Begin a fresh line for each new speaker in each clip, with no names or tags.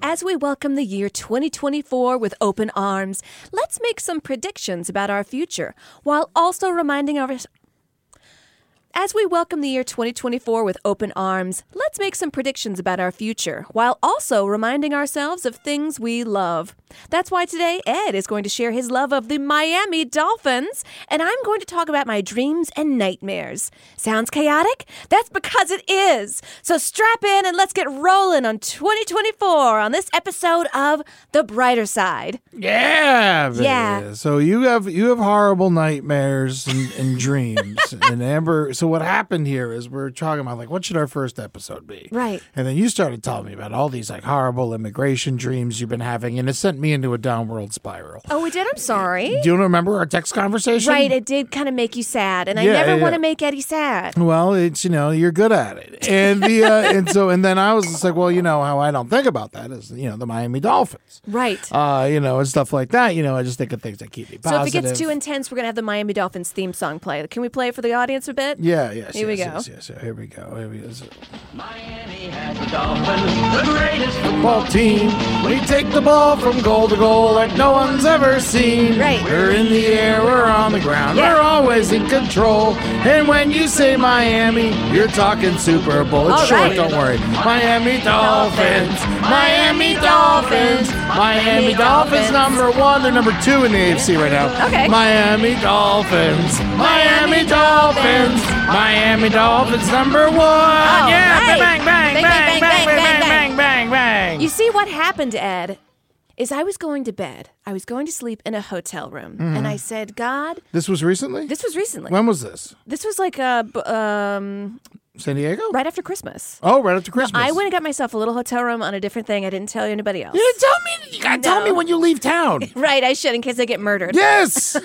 As we welcome the year 2024 with open arms, let's make some predictions about our future while also reminding our as we welcome the year 2024 with open arms, let's make some predictions about our future while also reminding ourselves of things we love. That's why today Ed is going to share his love of the Miami Dolphins, and I'm going to talk about my dreams and nightmares. Sounds chaotic? That's because it is. So strap in and let's get rolling on 2024 on this episode of The Brighter Side.
Yeah. it
Yeah.
is. So you have you have horrible nightmares and, and dreams. and Amber so what happened here is we're talking about like what should our first episode be?
Right.
And then you started telling me about all these like horrible immigration dreams you've been having and it sent me into a downward spiral.
Oh, we did. I'm sorry.
Do you remember our text conversation?
Right, it did kind of make you sad, and I
Yeah,
never
yeah.
want to make Eddie sad.
Well, it's you know you're good at it, and the uh, and so and then I was just like, well, you know how I don't think about that is you know the Miami Dolphins,
Right.
uh, you know and stuff like that. You know, I just think of things that keep me
so if
positive.
it gets too intense, we're gonna have the Miami Dolphins theme song play. Can we play it for the audience a bit?
Yeah, yes.
Here we
yes,
go.
Yes, yes, yes. Here we go. Here we go.
Miami has the Dolphins, the greatest
Football team, we take the ball from goal to goal like no one's ever seen.
Right.
We're in the air, we're on the ground,
Yeah.
we're always in control. And when you say Miami, you're talking Super Bowl. It's
All
short,
right.
don't worry. Miami Dolphins, Miami Dolphins, Miami Dolphins number one. They're number two in the AFC right now.
Okay.
Miami Dolphins, Miami Dolphins, Miami Dolphins number one. yeah,
right.
bang, bang,
Bang, bang,
bang,
bang,
bang, bang,
bang,
bang,
bang.
bang, bang, bang.
You see what happened, Ed? Is I was going to bed. I was going to sleep in a hotel room,
Mm-hmm.
and I said, "God,
This was recently?
this was recently.
When was this?
this was like a b- um,
San Diego?
right after Christmas.
Oh, right after Christmas.
I went and got myself a little hotel room on a different thing. I didn't tell anybody else.
You didn't tell me. You gotta tell
No.
me when you leave town.
Right, I should in case I get murdered.
yes.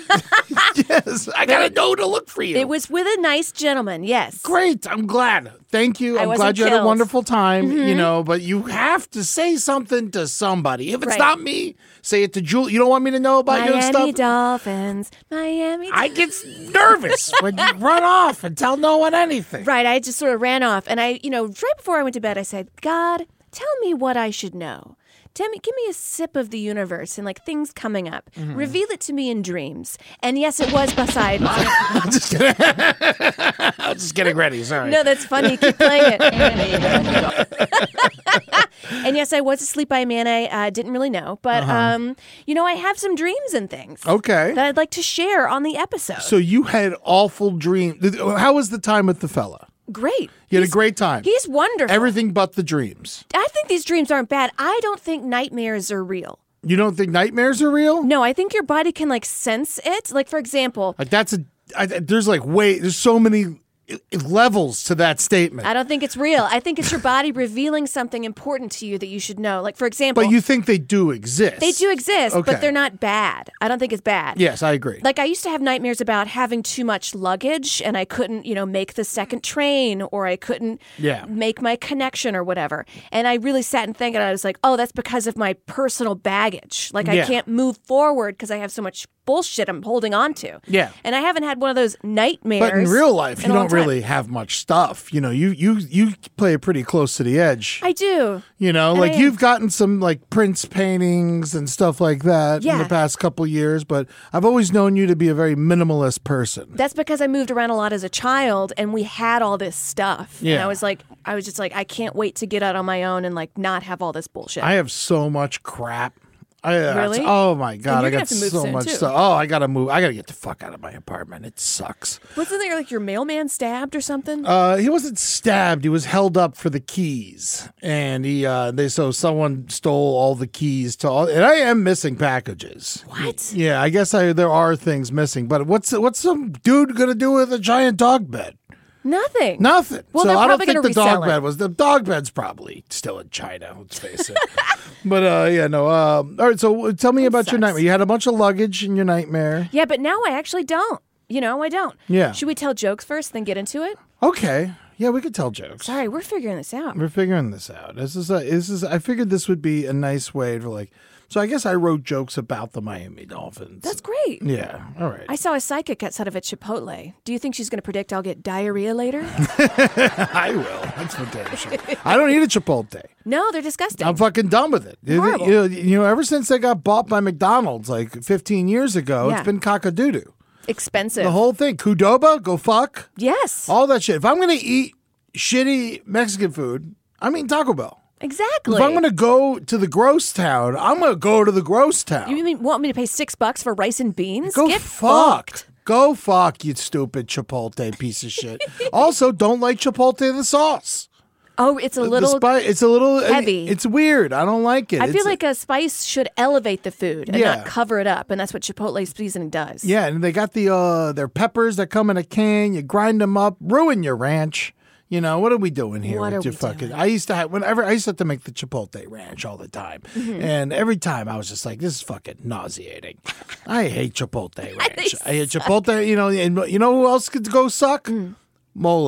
yes. I gotta know to look for you.
It was with a nice gentleman. Yes.
great. I'm glad. Thank you.
I
I'm
wasn't
glad you had
killed. Mm-hmm.
a wonderful time. You know, but you have to say something to somebody. If it's
Right.
not me, say it to Julie. You don't want me to know about your
Miami
stuff.
Dolphins. Miami.
I get nervous when you run off and tell no one anything.
Right. I just sort of ran off. And I, you know, right before I went to bed, I said, God, tell me what I should know. Tell me, give me a sip of the universe and like things coming up.
Mm-hmm.
Reveal it to me in dreams. And yes, it was Poseidon.
I'm just kidding. I'm just getting ready. Sorry.
no, that's funny. Keep playing it. and yes, I was asleep by a man I uh, didn't really know. But, um, you know, I have some dreams and things
Uh-huh. okay.
that I'd like to share on the episode.
So you had awful dream. th- How was the time with the fella?
Great.
You had a great time.
He's wonderful.
Everything but the dreams.
I think these dreams aren't bad. I don't think nightmares are real.
You don't think nightmares are real?
No, I think your body can like sense it. Like for example,
Like that's a. I, there's like way. There's so many levels to that statement.
I don't think it's real. I think it's your body revealing something important to you that you should know. Like, for example,
But you think they do exist?
they do exist,
Okay.
but they're not bad. I don't think it's bad.
Yes, I agree.
Like I used to have nightmares about having too much luggage and I couldn't, you know, make the second train or I couldn't
Yeah.
make my connection or whatever. And I really sat and thinking I was like, "Oh, that's because of my personal baggage. Like I
Yeah.
can't move forward because I have so much bullshit I'm holding on to."
Yeah.
And I haven't had one of those nightmares.
but in real life,
in
you
a long
don't
time.
really have much stuff. You know, you you you play pretty close to the edge.
I do.
you know, like
I-
you've gotten some like Prince paintings and stuff like that in
Yeah.
the past couple years, but I've always known you to be a very minimalist person.
That's because I moved around a lot as a child and we had all this stuff. And
Yeah.
I was like I was just like I can't wait to get out on my own and like not have all this bullshit.
I have so much crap. I,
Really?
Oh my god!
you're gonna
I got
have to move
so
soon,
much
too.
stuff. Oh, I gotta move. I gotta get the fuck out of my apartment. It sucks.
Wasn't there like your mailman stabbed or something?
Uh, he wasn't stabbed. He was held up for the keys, and he uh, they so someone stole all the keys to all. And I am missing packages.
What?
Yeah, I guess I there are things missing. But what's what's some dude gonna do with a giant dog bed?
Nothing.
Nothing.
Well,
so
they're
I don't
probably
think
gonna
the dog
resell it.
bed was the dog bed's probably still in China. Let's face it. but uh, yeah, no. Um, all right, so tell me about your
sucks.
nightmare. You had a bunch of luggage in your nightmare.
Yeah, but now I actually don't. You know, I don't.
Yeah.
Should we tell jokes first, then get into it?
Okay. Yeah, we could tell jokes.
Sorry, we're figuring this out.
We're figuring this out. This is a, this is. I figured this would be a nice way for like. So I guess I wrote jokes about the Miami Dolphins.
That's great.
yeah. All right.
I saw a psychic outside of a Chipotle. Do you think she's going to predict I'll get diarrhea later?
I will. That's for damn sure. I don't eat a Chipotle.
no, they're disgusting.
I'm fucking done with it. You
Horrible.
know, you know, ever since they got bought by McDonald's like 15 years ago,
Yeah.
it's been cockadoodoo.
Expensive.
The whole Oh, thing, Kudoba, go fuck,
yes.
all that shit. If I'm gonna eat shitty Mexican food, I'm eating Taco Bell.
exactly.
If I'm gonna go to the gross town, I'm gonna go to the gross town.
you mean want me to pay six bucks for rice and beans?
Go
Get
fuck. Go fuck, you stupid Chipotle piece of shit. also, don't like Chipotle the sauce.
Oh, it's a
The
little.
spi- it's a little
heavy.
It's weird. I don't like it.
I feel
It's-
like a spice should elevate the food and
Yeah.
not cover it up, and that's what Chipotle seasoning does.
yeah, and they got the uh their peppers that come in a can. You grind them up, ruin your ranch. You know what are we doing here
What
with
are
your
we
fucking? I used to have whenever I used to have to make the Chipotle ranch all the time,
Mm-hmm.
and every time I was just like, "This is fucking nauseating." I hate Chipotle ranch. I hate Chipotle. You know, and you know who else could go suck? Mole.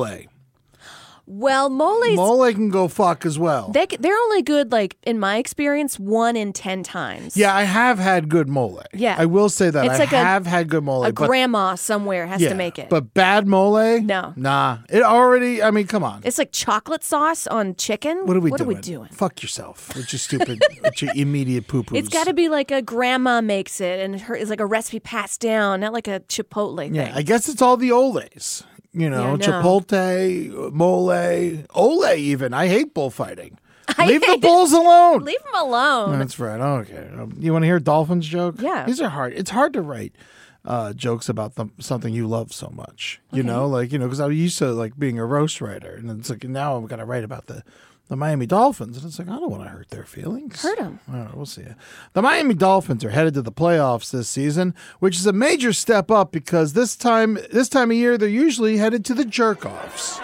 Well, Mm. mole's
Mole can go fuck as well.
They, c- they're only good, like, in my experience, one in 10 times.
yeah, I have had good mole.
Yeah.
I will say that
It's
I
like a-
have had good mole.
A
but-
grandma somewhere has
yeah,
to make it.
But bad mole?
No.
Nah. It already, I mean, come on.
it's like chocolate sauce on chicken.
what are we
what
doing?
Are we doing?
Fuck yourself with your stupid, with your immediate poo poos.
It's got to be like a grandma makes it and her is like a recipe passed down, not like a Chipotle thing.
Yeah, I guess it's all the oles. You know,
I know.
Chipotle, mole, ole even. I hate bullfighting.
I
Leave the
hate it.
bulls alone.
Leave them alone.
That's right. Okay. Um, You want to hear a Dolphins joke?
Yeah.
These are hard. It's hard to write uh, jokes about the, something you love so much. You know, like you know, because I was used to like being a roast writer, and it's like now I'm gonna write about the. The Miami Dolphins, and it's like I don't want to hurt their feelings.
Hurt 'em.
All right, we'll see. The Miami Dolphins are headed to the playoffs this season, which is a major step up because this time, this time of year, they're usually headed to the jerk-offs.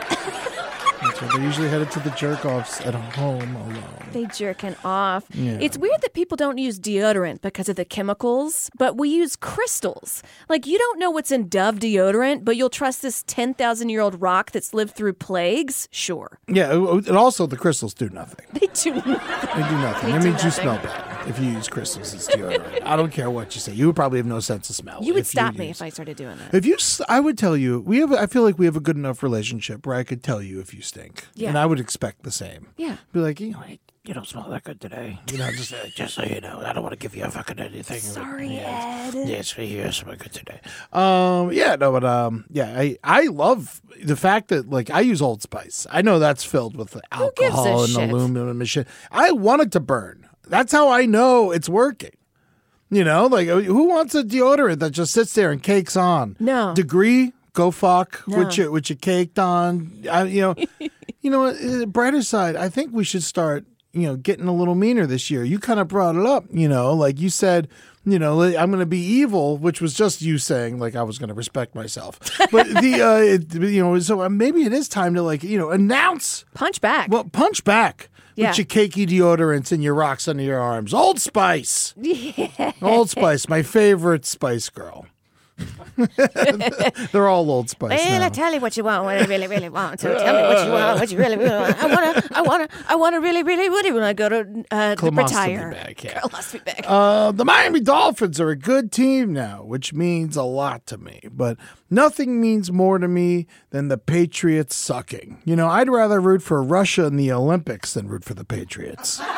That's right, they're usually headed to the jerk-offs at home alone.
They jerking off. It's weird that people don't use deodorant because of the chemicals, but we use crystals. Like you don't know what's in Dove deodorant, but you'll trust this ten thousand year old rock that's lived through plagues. Sure,
Yeah, oh, and also the crystals do nothing.
they do. not.
They do nothing. That means you smell bad if you use crystals as deodorant. I don't care what you say. You would probably have no sense of smell.
You would
if
stop me
use-
if I started doing that.
If you, s- I would tell you. We have. I feel like we have a good enough relationship where I could tell you if you stink.
Yeah.
And I would expect the same.
Yeah.
Be like, you know, hey, you don't smell that good today. You know, just uh, just so you know, I don't want to give you a fucking anything.
Sorry, Ed.
Yes, we hear some good today. Um, yeah, no, but um, yeah, I I love the fact that like I use Old Spice. I know that's filled with
gives a
alcohol and
shit?
aluminum and shit. I want it to burn. That's how I know it's working. You know, like uh, who wants a deodorant that just sits there and cakes on?
No.
degree. Go fuck
No.
with your with your caked on. I, you know, you know, what, uh, brighter side. I think we should start you know, getting a little meaner this year. You kind of brought it up, you know, like you said, you know, like, I'm going to be evil, which was just you saying like I was going to respect myself. But the uh, it, you know, so uh, maybe it is time to like you know announce
Punch back.
well, punch back
Yeah.
with your cakey deodorants and your rocks under your arms. Old Spice. Old Spice, my favorite Spice Girl. They're all Old Spice
Well, I
now.
tell you what you want, what I really, really want. So tell me what you want, what you really, really want. I wanna, I wanna, I wanna really, really, really when I go to uh, to
Colostomy
retire.
bag, yeah.
Colostomy bag.
Uh, the Miami Dolphins are a good team now, which means a lot to me. But nothing means more to me than the Patriots sucking. You know, I'd rather root for Russia in the Olympics than root for the Patriots.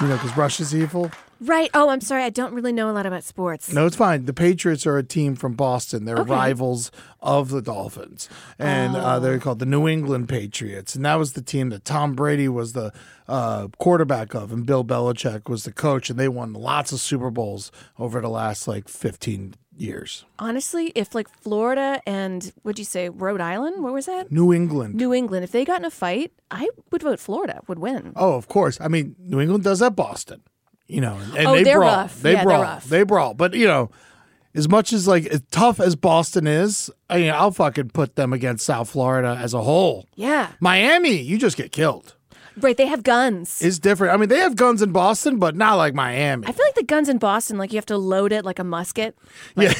you know, because Russia's evil.
Right. Oh, I'm sorry. I don't really know a lot about sports.
No, it's fine. The Patriots are a team from Boston. They're rivals of the Dolphins, and uh,
Oh.
they're called the New England Patriots. And that was the team that Tom Brady was the uh, quarterback of, and Bill Belichick was the coach. And they won lots of Super Bowls over the last like fifteen years.
Honestly, if like Florida and what'd you say, Rhode Island? Where was that?
New England.
New England. If they got in a fight, I would vote Florida would win.
oh, of course. I mean, New England does that Boston. You know, and, and
Oh,
they
they're
brawl.
rough.
They
Yeah, they're
brawl.
rough.
They brawl. But you know. As much as like as tough as Boston is, I mean, I'll fucking put them against South Florida as a whole.
Yeah.
Miami, you just get killed.
Right. They have guns.
It's different. I mean, they have guns in Boston, but not like Miami.
I feel like the guns in Boston, like you have to load it like a musket. yeah.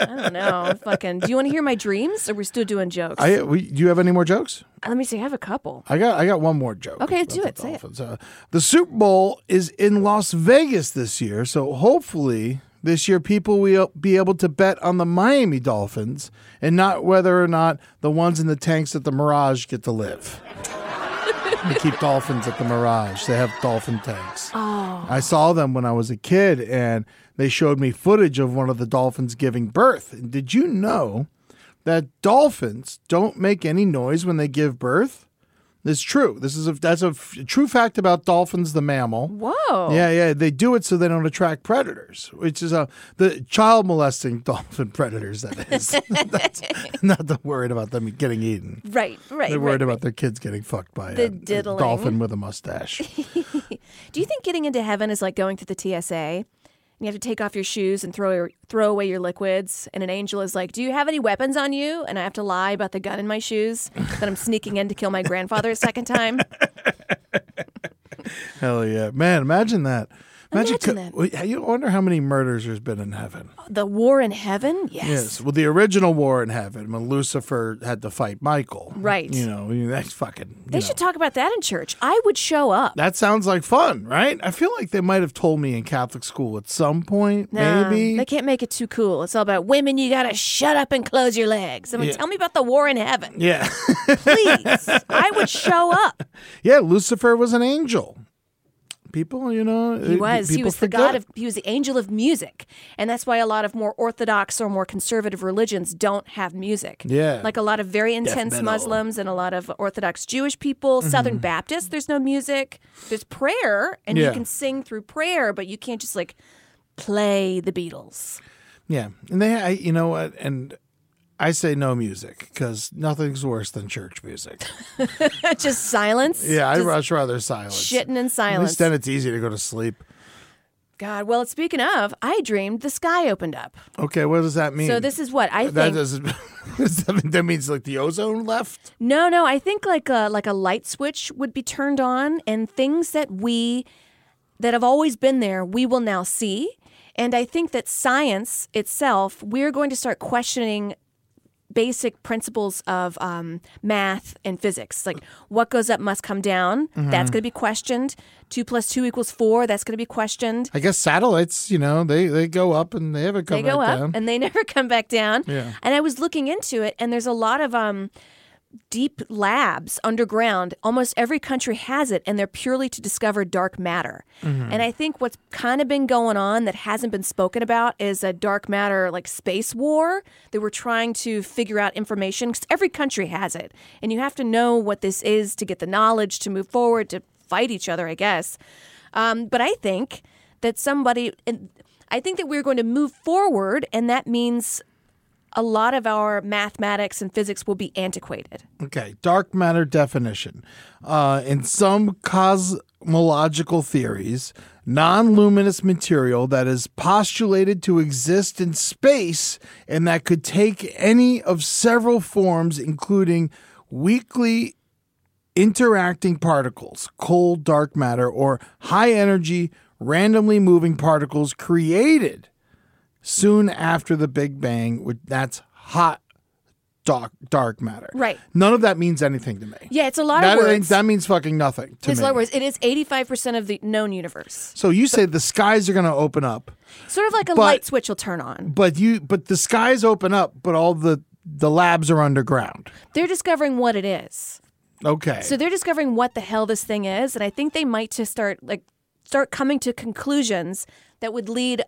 I don't know. Fucking. Do you want to hear my dreams? Or we're still doing jokes? Uh,
I, we, do you have any more jokes?
Let me see. I have a couple.
I got I got one more joke.
Okay,
about
do
the
it, say it.
Dolphins. Uh, the Super Bowl is in Las Vegas this year, so hopefully this year people will be able to bet on the Miami Dolphins and not whether or not the ones in the tanks at the Mirage get to live. they keep dolphins at the Mirage. They have dolphin tanks. Oh. I saw them when I was a kid, and they showed me footage of one of the dolphins giving birth. And did you know that dolphins don't make any noise when they give birth? It's true. This is a that's a f- true fact about dolphins, the mammal.
Whoa.
Yeah, yeah, they do it so they don't attract predators, which is a the child molesting dolphin predators. That is That's not the worried about them getting eaten.
Right. Right.
They're
right.
worried about their kids getting fucked by
The
a, a
diddling.
dolphin with a mustache.
Do you think getting into heaven is like going through the TSA? And you have to take off your shoes and throw your, throw away your liquids. And an angel is like, "Do you have any weapons on you?" And I have to lie about the gun in my shoes that I'm sneaking in to kill my grandfather a second time.
Hell yeah, man! Imagine that.
Imagine
co-
that. Oh,
well, You wonder how many murders there's been in heaven.
The war in heaven? Yes.
Yes. Well, the original war in heaven when Lucifer had to fight Michael.
Right.
You know, you- that's fucking. you
They
know.
should talk about that in church. I would show up.
That sounds like fun, right? I feel like they might have told me in Catholic school at some point,
Nah,
maybe.
Um, they can't make it too cool. It's all about women. You gotta shut up and close your legs. I mean,
Yeah.
tell me about the war in heaven,
yeah.
please. I would show up.
yeah, Lucifer was an angel. People, you know, uh,
He was. He was the god of. He was the angel of music, and that's why a lot of more orthodox or more conservative religions don't have music.
Yeah.
like a lot of very intense
metal. Mm-hmm.
Muslims and a lot of Orthodox Jewish people, Southern Baptists. There's no music. There's prayer, and
Yeah.
you can sing through prayer, but you can't just like play the Beatles.
Yeah. And they, I, you know what? And I say no music because nothing's worse than church music.
just silence.
Yeah, I'd
Just
much rather silence.
shitting in
At
silence.
least then it's easy to go to sleep.
God. Well, speaking of, I dreamed the sky opened up.
Okay, what does that mean?
So this is what I think.
That, doesn't- that means like the ozone left?
No, no, I think like a like a light switch would be turned on and things that we that have always been there, we will now see. And I think that science itself, we're going to start questioning basic principles of um, math and physics. Like what goes up must come down.
Mm-hmm.
That's going to be questioned. Two plus two equals four. That's going to be questioned.
I guess satellites, you know, they, they go up and they haven't come
They go
back
up
down.
and they never come back down.
Yeah.
And I was looking into it, and there's a lot of um, deep labs underground. Almost every country has it, and they're purely to discover dark matter.
Mm-hmm.
And I think what's kind of been going on that hasn't been spoken about is a dark matter like space war that we're trying to figure out information because every country has it, and you have to know what this is to get the knowledge to move forward to fight each other, I guess. Um, but I think that somebody, and I think that we're going to move forward, and that means a lot of our mathematics and physics will be antiquated.
Okay, dark matter definition. Uh, in some cosmological theories, non luminous material that is postulated to exist in space and that could take any of several forms, including weakly interacting particles, cold dark matter, or high energy randomly moving particles created soon after the Big Bang. which- That's hot dark dark matter.
Right.
None of that means anything to me.
Yeah, it's a lot
that,
of
means-
words.
that means fucking nothing to
It's a
me.
lot of words. It is 85% of the known universe.
So you say the skies are going to open up,
Sort of like a
But-
light switch will turn on.
but you but the skies open up, but all the the labs are underground.
They're discovering what it is.
Okay.
So they're discovering what the hell this thing is, and I think they might just start like start coming to conclusions that would lead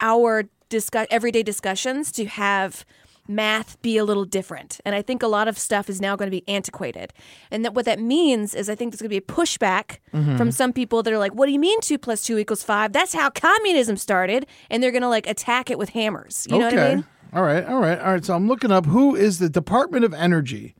our discuss everyday discussions to have math be a little different. And I think a lot of stuff is now going to be antiquated. And that what that means is I think there's going to be a pushback
Mm-hmm.
from some people that are like, "What do you mean two plus two equals five? That's how communism started." And they're going to like attack it with hammers. You know
okay.
what I mean?
All right. All right. All right. So I'm looking up who is the Department of Energy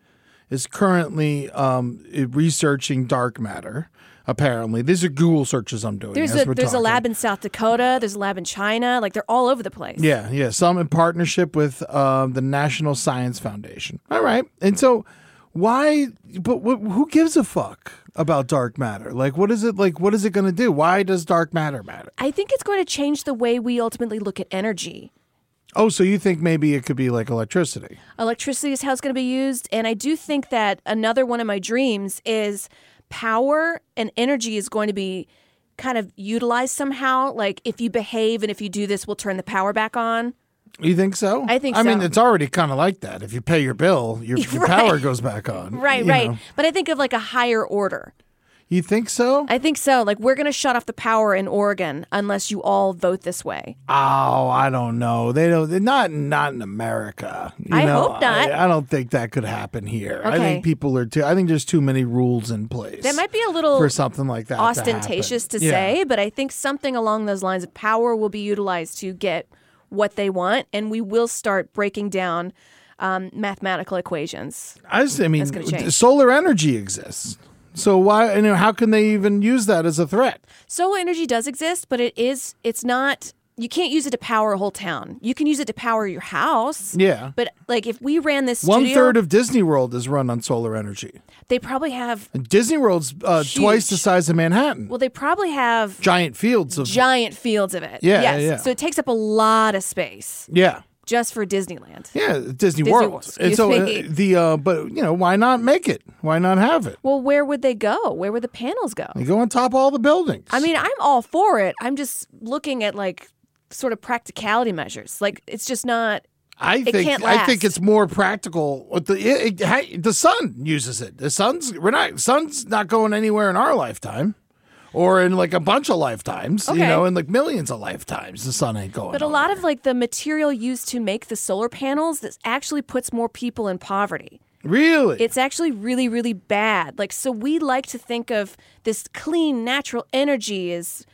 is currently um, researching dark matter. Apparently, these are Google searches I'm doing.
There's
as
a
we're
there's a
talking.
lab in South Dakota. There's a lab in China. Like they're all over the place.
Yeah, yeah. Some in partnership with um, the National Science Foundation. All right. And so, why? But wh- who gives a fuck about dark matter? Like, what is it? Like, what is it going to do? Why does dark matter matter?
I think it's going to change the way we ultimately look at energy.
Oh, so you think maybe it could be like electricity?
Electricity is how it's going to be used. And I do think that another one of my dreams is power and energy is going to be kind of utilized somehow. Like if you behave and if you do this, we'll turn the power back on.
You think so?
I think
I mean,
so.
it's already kind of like that. If you pay your bill, your, your
Right.
power goes back on.
Right,
you
right.
know.
But I think of like a higher order.
You think so?
I think so. Like we're going to shut off the power in Oregon unless you all vote this way.
Oh, I don't know. They don't. They're not not in America. You
I
know,
hope not.
I, I don't think that could happen here. I
Okay.
think people are too. I think there's too many rules in place.
That might be a little
for something like that. to happen.
ostentatious to,
Yeah.
say, but I think something along those lines of power will be utilized to get what they want, and we will start breaking down um, mathematical equations.
I, just, I mean,
gonna change.
solar energy exists. So why? You know, how can they even use that as a threat?
Solar energy does exist, but it is it's not. You can't use it to power a whole town. You can use it to power your house.
Yeah.
But like if we ran this
One
studio,
third of Disney World is run on solar energy.
they probably have
And Disney World's uh,
Huge.
twice the size of Manhattan.
well, they probably have
Giant fields of
giant fields of it.
Yeah, yeah,
yes.
yeah.
So it takes up a lot of space
yeah.
just for Disneyland.
Yeah, Disney,
Disney
World.
World,
And
excuse
so uh,
me.
the uh, but you know why not make it? Why not have it?
Well, where would they go? Where would the panels go?
They go on top of all the buildings.
I mean, I'm all for it. I'm just looking at like sort of practicality measures. Like it's just not.
I think
can't
I think
last.
it's more practical. What The it, it- hey, the sun uses it. The sun's we're not sun's not going anywhere in our lifetime, or in like a bunch of lifetimes. You
Okay.
know, in like millions of lifetimes, the sun ain't going.
But a lot of like the material used to make the solar panels that actually puts more people in poverty.
really.
It's actually really, really bad. Like so, we like to think of this clean, natural energy as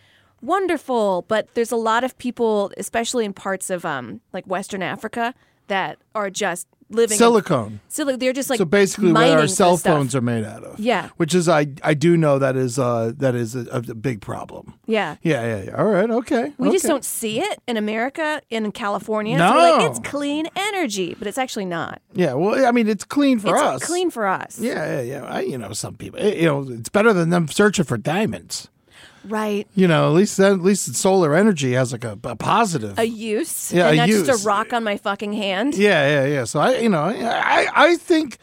wonderful, but there's a lot of people, especially in parts of um like Western Africa, that are just living
silicone.
In, sili- they're just like
so basically, what
mining
our
for
cell
stuff.
phones are made out of.
Yeah.
which is I I do know that is uh that is a, a big problem.
Yeah.
Yeah, yeah, yeah. All right, okay.
We just
okay.
don't see it in America and in California. So we're
No.
like, it's clean energy, but it's actually not.
Yeah, well, I mean, it's clean for
it's
us.
clean for us.
Yeah, yeah, yeah. I, you know, some people, eh, you know, it's better than them searching for diamonds.
Right.
You know, at least then, at least solar energy has like a, a positive.
A use.
Yeah,
and
a
not just
use.
a rock on my fucking hand.
yeah, yeah, yeah. So I, you know, I, I think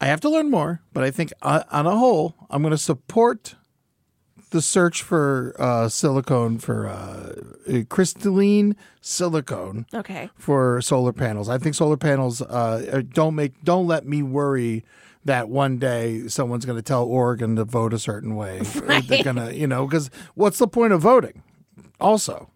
I have to learn more, but I think on, on a whole, I'm going to support the search for uh, silicone for uh, eh, crystalline silicone.
Okay.
for solar panels. I think solar panels uh, uh, don't make don't let me worry that one day someone's going to tell Oregon to vote a certain way. They're going to, you know, because what's the point of voting? Also,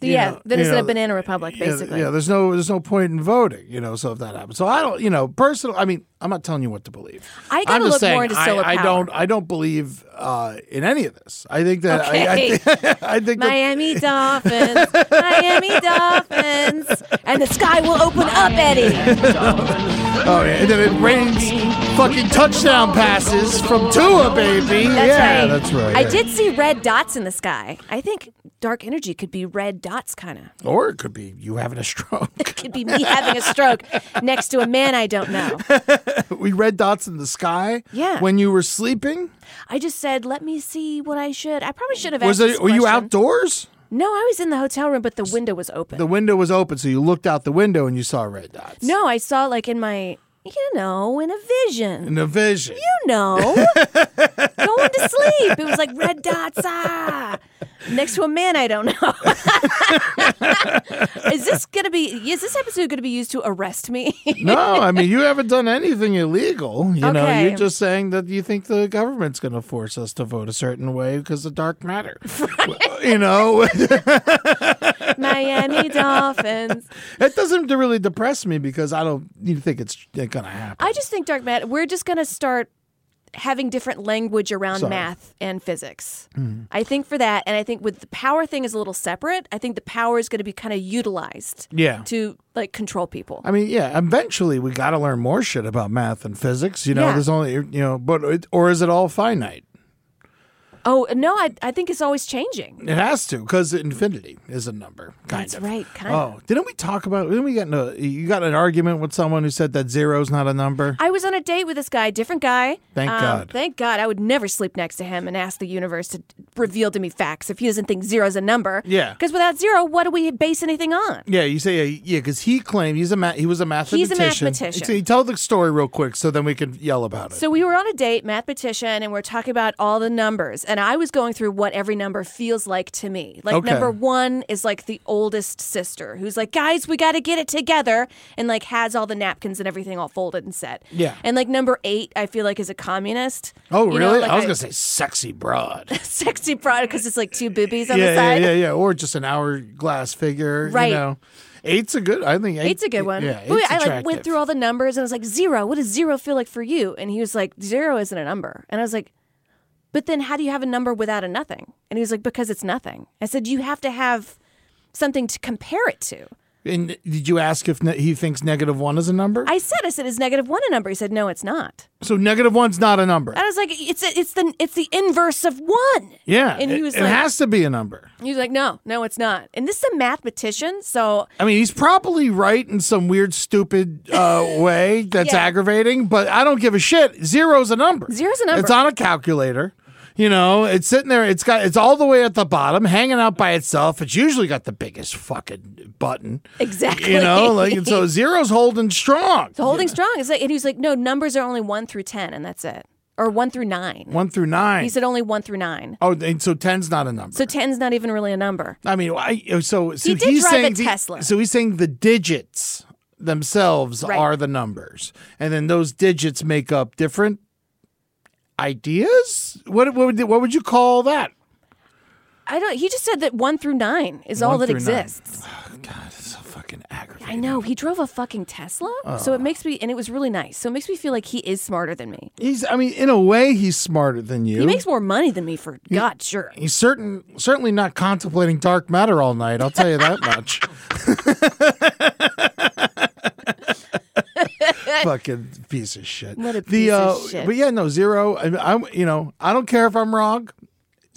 The-
you
yeah.
know-
then
you
it's in a
know,
banana republic,
yeah,
basically.
yeah, there's no there's no point in voting, you know. So if that happens, so I don't, you know, personal. I mean, I'm not telling you what to believe.
I gotta
I'm just
look
saying,
more into
I-
solar
I,
power.
don't. I don't believe uh, in any of this. I think that. I, I,
Okay.
thi- I think that
Miami Dolphins, Miami Dolphins, and the sky will open up, Eddie.
Oh yeah, and then it rains fucking touchdown passes from Tua, baby.
That's
yeah,
right.
that's right.
I
yeah.
did see red dots in the sky. I think dark energy could be red dots, kind of.
Or it could be you having a stroke.
Could be me having a stroke next to a man I don't know.
we red dots in the sky.
Yeah.
When you were sleeping,
I just said, let me see what I should. I probably should have asked.
was
this
it? Were you
question.
outdoors?
No, I was in the hotel room, but the window was open.
The window was open, so you looked out the window and you saw red dots.
no, I saw like in my, you know, in a vision.
In a vision.
You know, going to sleep. It was like red dots. Ah, next to a man I don't know. is this gonna be? Is this episode gonna be used to arrest me?
no, I mean you haven't done anything illegal. You know,
Okay.
you're just saying that you think the government's going to force us to vote a certain way because of dark matter. you know.
Miami Dolphins.
It doesn't really depress me because I don't you think it's going to happen.
I just think dark matter. We're just gonna start having different language around math and physics.
Mm-hmm.
I think for that, and I think with the power thing is a little separate. I think the power is going to be kind of utilized.
Yeah.
To like control people.
I mean, yeah, eventually we got to learn more shit about math and physics, you know,
Yeah.
there's only you know, but it, or is it all finite?
oh no, I I think it's always changing.
It has to cuz infinity is a number kind
That's
of.
right, kind of.
Oh, didn't we talk about didn't we get in a, you got in an argument with someone who said that zero's not a number?
I was on a date with this guy, different guy. Um,
Thank God.
Thank God. I would never sleep next to him and ask the universe to reveal to me facts if he doesn't think zero's a number.
Yeah.
Because without zero, what do we base anything on?
yeah, you say yeah, yeah, cuz he claimed he's a ma- he was a mathematician.
He's a mathematician.
So you tell the story real quick so then we can yell about it.
So we were on a date, mathematician, and we're talking about all the numbers. And I was going through what every number feels like to me. Like
Okay.
number one is like the oldest sister who's like, guys, we got to get it together, and like has all the napkins and everything all folded and set.
Yeah.
And like number eight, I feel like is a communist.
oh,
You
really?
know, like
I was going to say sexy broad.
sexy product because it's like two boobies on
yeah,
the side.
Yeah, yeah, yeah. Or just an hourglass figure.
Right.
You know. Eight's a good I think eight,
It's a good one.
Yeah,
But wait,
eight's
I like
attractive.
went through all the numbers and I was like, zero, what does zero feel like for you? And he was like, zero isn't a number. And I was like, but then how do you have a number without a nothing? And he was like, because it's nothing. I said, you have to have something to compare it to.
and did you ask if ne- he thinks negative one is a number?
I said, I said, is negative one a number? He said, no, it's not.
so negative one's not a number.
And I was like, it's it's the it's the inverse of one.
Yeah.
And he
it-
was
it
like,
has to be a number.
he was like, no, no, it's not. And this is a mathematician, so
I mean, he's probably right in some weird, stupid uh, way that's
Yeah.
aggravating, but I don't give a shit. Zero's a number.
Zero's a number.
It's on a calculator. You know, it's sitting there. It's got it's all the way at the bottom, hanging out by itself. It's usually got the biggest fucking button.
Exactly.
You know, like and so zero's holding strong.
the holding strong. It's like, and he was like, no, numbers are only one through ten, and that's it, or one through nine.
One through nine.
He said only one through nine.
oh, and so ten's not a number.
So ten's not even really a number.
I mean, I, uh, so, so
did
he's
drive
saying
a
the-
Tesla.
so he's saying the digits themselves
Right.
are the numbers, and then those digits make up different ideas. What what would what would you call that?
I don't. He just said that one through nine is all
One
that
through nine.
exists.
God, it's so fucking aggravating.
I know he drove a fucking Tesla, so
Oh.
it makes me, and it was really nice. So it makes me feel like he is smarter than me.
He's I mean, in a way, he's smarter than you.
He makes more money than me for God, sure.
he's certain certainly not contemplating dark matter all night. I'll tell you that much. fucking piece of shit.
What a
the,
piece
uh,
of shit.
But yeah, no zero. I, I'm you know I don't care if I'm wrong.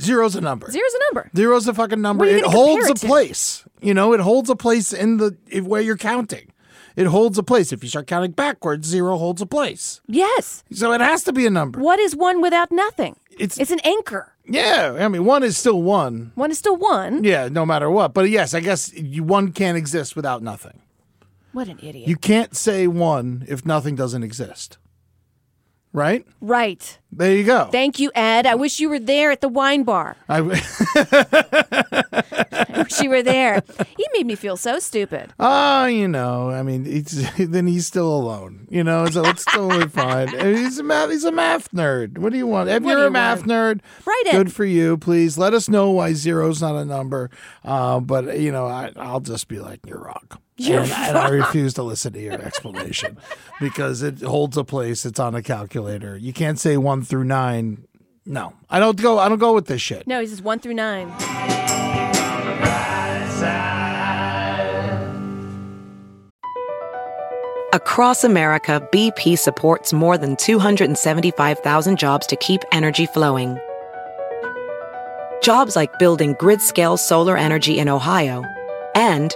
Zero's a number.
Zero's a number.
Zero's a fucking number.
What are you
It
gonna compare
holds
it
a
to?
place. You know, it holds a place in the if, where you're counting. It holds a place. If you start counting backwards, zero holds a place.
Yes.
So it has to be a number.
What is one without nothing?
It's-
it's an anchor.
Yeah, I mean, one is still one.
One is still one.
Yeah, no matter what. But yes, I guess you, one can't exist without nothing.
What an idiot.
You can't say one if nothing doesn't exist. Right?
right.
There you go.
Thank you, Ed. I wish you were there at the wine bar.
I,
wish you were there. You made me feel so stupid.
Ah, you know, I mean, it's, then he's still alone. You know, so it's totally fine. And He's a math, he's a math nerd. What do you want? If
What do
you're a
you
math nerd,
Write in.
Good for you. Please let us know why zero's not a number. Uh, but you know, I, I'll just be like, you're wrong.
You're
and, and I refuse to listen to your explanation because it holds a place. It's on a calculator. You can't say one through nine. No, I don't go. I don't go with this shit.
No, he's just one through nine.
Across America, BP supports more than 275,000 jobs to keep energy flowing. Jobs like building grid scale solar energy in Ohio and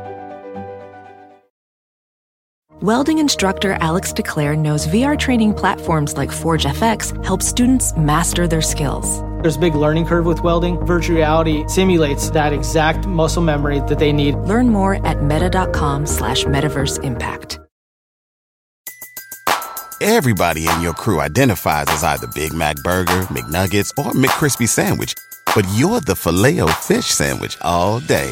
Welding instructor Alex DeClaire knows VR training platforms like Forge FX help students master their skills.
There's a big learning curve with welding. Virtual reality simulates that exact muscle memory that they need.
Learn more at meta.com slash metaverse impact.
Everybody in your crew identifies as either Big Mac Burger, McNuggets, or McCrispy Sandwich. But you're the filet fish Sandwich all day.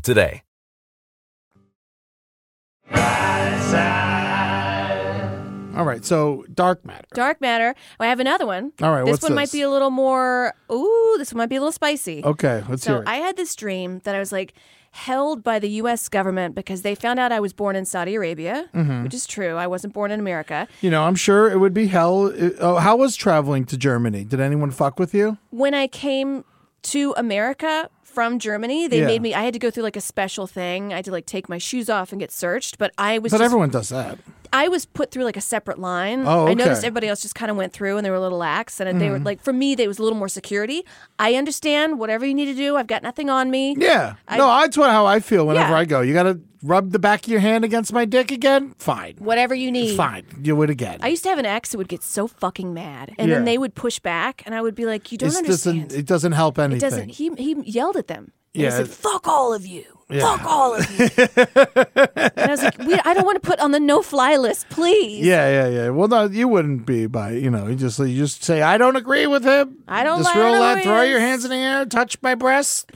today.
All right. So dark matter.
Dark matter. Oh, I have another one.
All right,
this
what's
one
this?
might be a little more. Ooh, this one might be a little spicy.
Okay, let's
so
hear it.
I had this dream that I was like held by the U.S. government because they found out I was born in Saudi Arabia,
Mm-hmm.
which is true. I wasn't born in America.
You know, I'm sure it would be hell. Oh, how was traveling to Germany? Did anyone fuck with you?
When I came to America from Germany, they
Yeah.
made me. I had to go through like a special thing. I had to like take my shoes off and get searched. But I was.
But
just-
everyone does that.
I was put through like a separate line.
Oh,
I noticed
okay. Mm.
everybody else just kind of went through and they were a little lax. And they were like, for me, they was a little more security. I understand whatever you need to do. I've got nothing on me.
Yeah.
I-
no, that's what, how I feel whenever
Yeah.
I go. You got to rub the back of your hand against my dick again? Fine.
Whatever you need.
Fine. Do it again.
I used to have an ex who would get so fucking mad. And
Yeah.
then they would push back. And I would be like, you don't
It's-
understand.
doesn't, it doesn't help anything.
It doesn't. He, he yelled at them. And
Yeah.
He said, fuck all of you.
Yeah.
Fuck all of you. and I was like, we, I don't want to put on the no fly list, please.
yeah, yeah, yeah. Well, no, you wouldn't be by, you know, you just you just say, I don't agree with him.
I don't
Just
like
roll out,
the
throw your
ways.
hands in the air, touch my breast.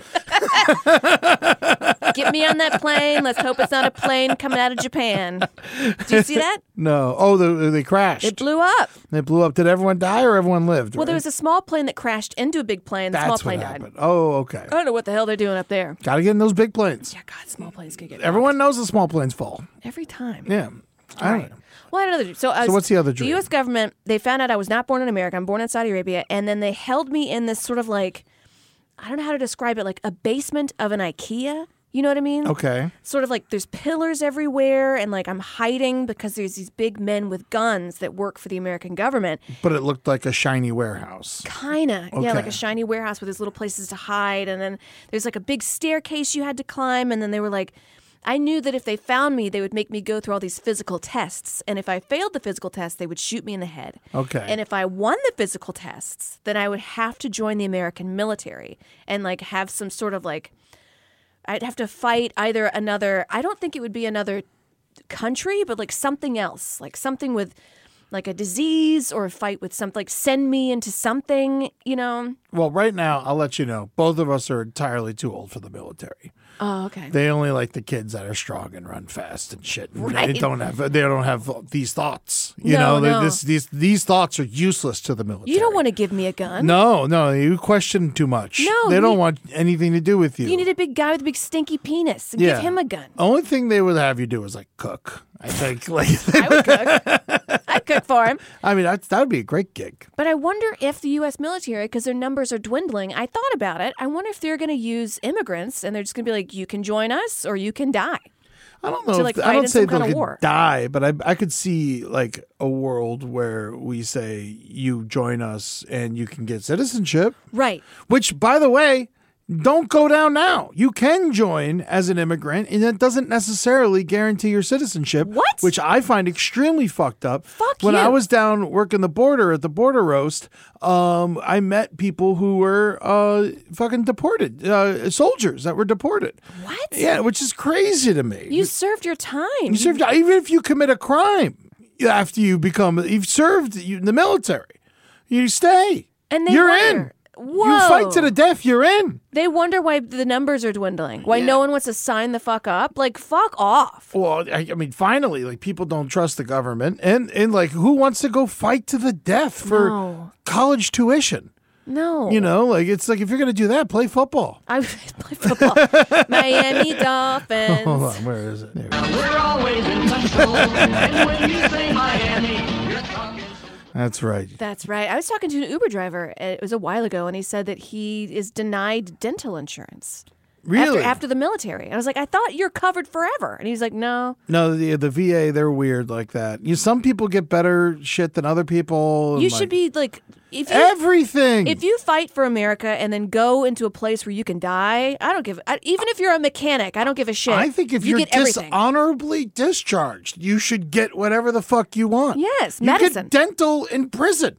Get me on that plane. Let's hope it's not a plane coming out of Japan. Do you see that?
No. Oh, they, they crashed.
It blew up.
they blew up. Did everyone die or everyone lived?
Well, there
right?
was a small plane that crashed into a big plane. The
That's
small
what
plane died.
happened. Oh, okay.
I don't know what the hell they're doing up there.
Got to get in those big planes.
Yeah, God, small planes can get
Everyone knows the small planes fall.
every time.
Yeah. I don't know.
Well, I had another dream. So, I was,
what's the other
The
dream?
U.S. government they found out I was not born in America. I'm born in Saudi Arabia, and then they held me in this sort of like I don't know how to describe it, like a basement of an IKEA. You know what I mean?
Okay.
Sort of like there's pillars everywhere, and like I'm hiding because there's these big men with guns that work for the American government.
But it looked like a shiny warehouse.
Kinda, yeah, like
Okay.
a shiny warehouse with these little places to hide, and then there's like a big staircase you had to climb, and then they were like, I knew that if they found me, they would make me go through all these physical tests, and if I failed the physical test, they would shoot me in the head.
Okay.
And if I won the physical tests, then I would have to join the American military and like have some sort of like, I'd have to fight either another. I don't think it would be another country, but like something else, like something with like a disease or a fight with something, like send me into something, you know?
Well, right now, I'll let you know, both of us are entirely too old for the military.
Oh, okay.
They only like the kids that are strong and run fast and shit. And They
Right.
don't have they don't have these thoughts. You
No,
know, They-
no.
This, these these thoughts are useless to the military.
you don't want to give me a gun.
No, no, you question too much.
No,
they
you
don't
need-
want anything to do with you.
You need a big guy with a big stinky penis.
Yeah.
Give him a gun.
Only thing they would have you do is like cook. I think like
I would cook. I'd cook for him.
I mean that that would be a great gig.
But I wonder if the U.S. military, because their numbers are dwindling, I thought about it. I wonder if they're going to use immigrants and they're just going to be like, you can join us or you can die.
I don't know.
To,
if
like,
th-
fight
I
in
don't say
some kind
they'll
of
get-
war.
die, but I I could see like a world where we say you join us and you can get citizenship.
Right.
Which, by the way, don't go down now. You can join as an immigrant, and that doesn't necessarily guarantee your citizenship.
What?
Which I find extremely fucked up.
Fuck
When
you.
I was down working the border at the border roast, um, I met people who were uh, fucking deported, uh, soldiers that were deported.
What?
Yeah, which is crazy to me.
You served your time.
Eh, You served even if you commit a crime after you become you've served you, in the military, you stay.
And they
you're
wonder.
in. You
Whoa.
fight to the death. You're in.
They wonder why the numbers are dwindling, why no one wants to sign the fuck up. Like, fuck off.
Well, I, I mean, finally, like people don't trust the government, and and like who wants to go fight to the death for
No. Oh.
college tuition?
No.
You know, like it's like if you're gonna do that, play football.
I play football. Miami Dolphins.
Hold on, where is it? There it is.
We're always in control. and when you say Miami, you're talking.
That's right.
That's right. I was talking to an Uber driver. uh, It was a while ago, and he said that he is denied dental insurance.
Really?
After, after the military. I was like, I thought you're covered forever. And he's like, no.
no, the the VA they're weird like that. You some people get better shit than other people. and,
You
like,
should be like, if you,
everything.
if you fight for America and then go into a place where you can die, I don't give, I, even if you're a mechanic, I don't give a shit.
I think if
you
are
get everything.
dishonorably discharged, you should get whatever the fuck you want.
Yes,
you
medicine.
get dental in prison.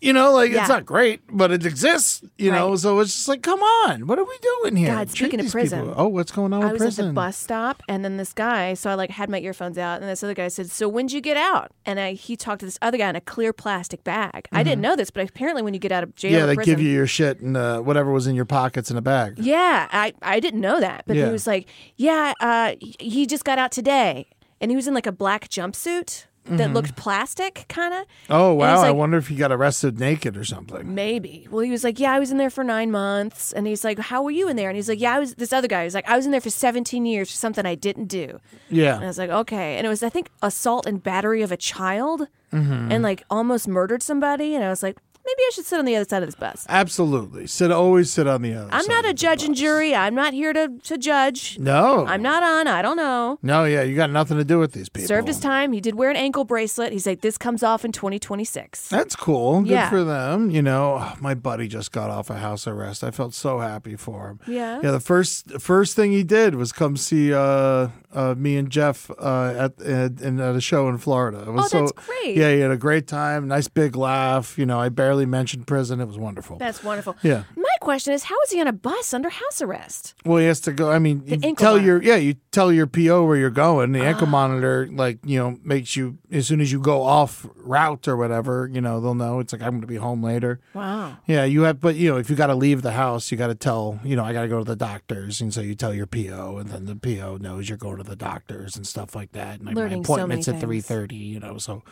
You know, like
Yeah.
it's not great, but it exists. You know,
Right.
so it's just like, come on, what are we doing here?
God,
Treat
speaking of
these
prison,
people- oh, what's going on
I
with
was
prison?
at the bus stop, and then this guy. So I like had my earphones out, and this other guy said, "So when'd you get out?" And I he talked to this other guy in a clear plastic bag. I didn't know this, but apparently when you get out of jail,
Mm-hmm. Yeah,
or
they
prison,
give you your shit and uh, whatever was in your pockets in a bag.
Yeah, I I didn't know that, but
Yeah.
he was like, "Yeah, uh, he- he just got out today," and he was in like a black jumpsuit that looked plastic, kind of.
Mm-hmm. Oh wow, I
like,
wonder if he got arrested naked or something.
Maybe. Well, he was like, Yeah, I was in there for nine months. And he's like, How were you in there? And he's like, Yeah, I was. This other guy was like, I was in there for 17 years for something I didn't do.
Yeah.
And I was like, okay. And it was, I think, assault and battery of a child
Mm-hmm.
and like almost murdered somebody. And I was like, maybe I should sit on the other side of this bus.
Absolutely, sit always sit on the other.
I'm
side
not
of
a
the
judge and
bus.
jury. I'm not here to, to judge.
No,
I'm not on. I don't know.
No, yeah, you got nothing to do with these people.
Served his time. He did wear an ankle bracelet. He's like, this comes off in 2026.
That's cool. Good
Yeah.
for them. You know, my buddy just got off a house arrest. I felt so happy for him.
Yeah.
Yeah. The first the first thing he did was come see uh, uh, me and Jeff uh, at at, in- at a show in Florida. It was
Oh, that's
so,
great.
Yeah, he had a great time. Nice big laugh. You know, I barely mentioned prison. It was wonderful.
That's wonderful.
Yeah.
My question is, how is he on a bus under house arrest?
Well, he has to go. I mean, you
ankle
tell
monitor. Ah.
your yeah, you tell your PO where you're going. The ankle monitor, like you know, makes you as soon as you go off route or whatever, you know, they'll know. It's like I'm going to be home later.
Wow.
Yeah, you have, but you know, if you got to leave the house, you got to tell, you know, I got to go to the doctors, and so you tell your PO, and then the PO knows you're going to the doctors and stuff like that. And like, my
Learning so
appointment's
many
at
things. Mm-hmm.
three thirty, you know, so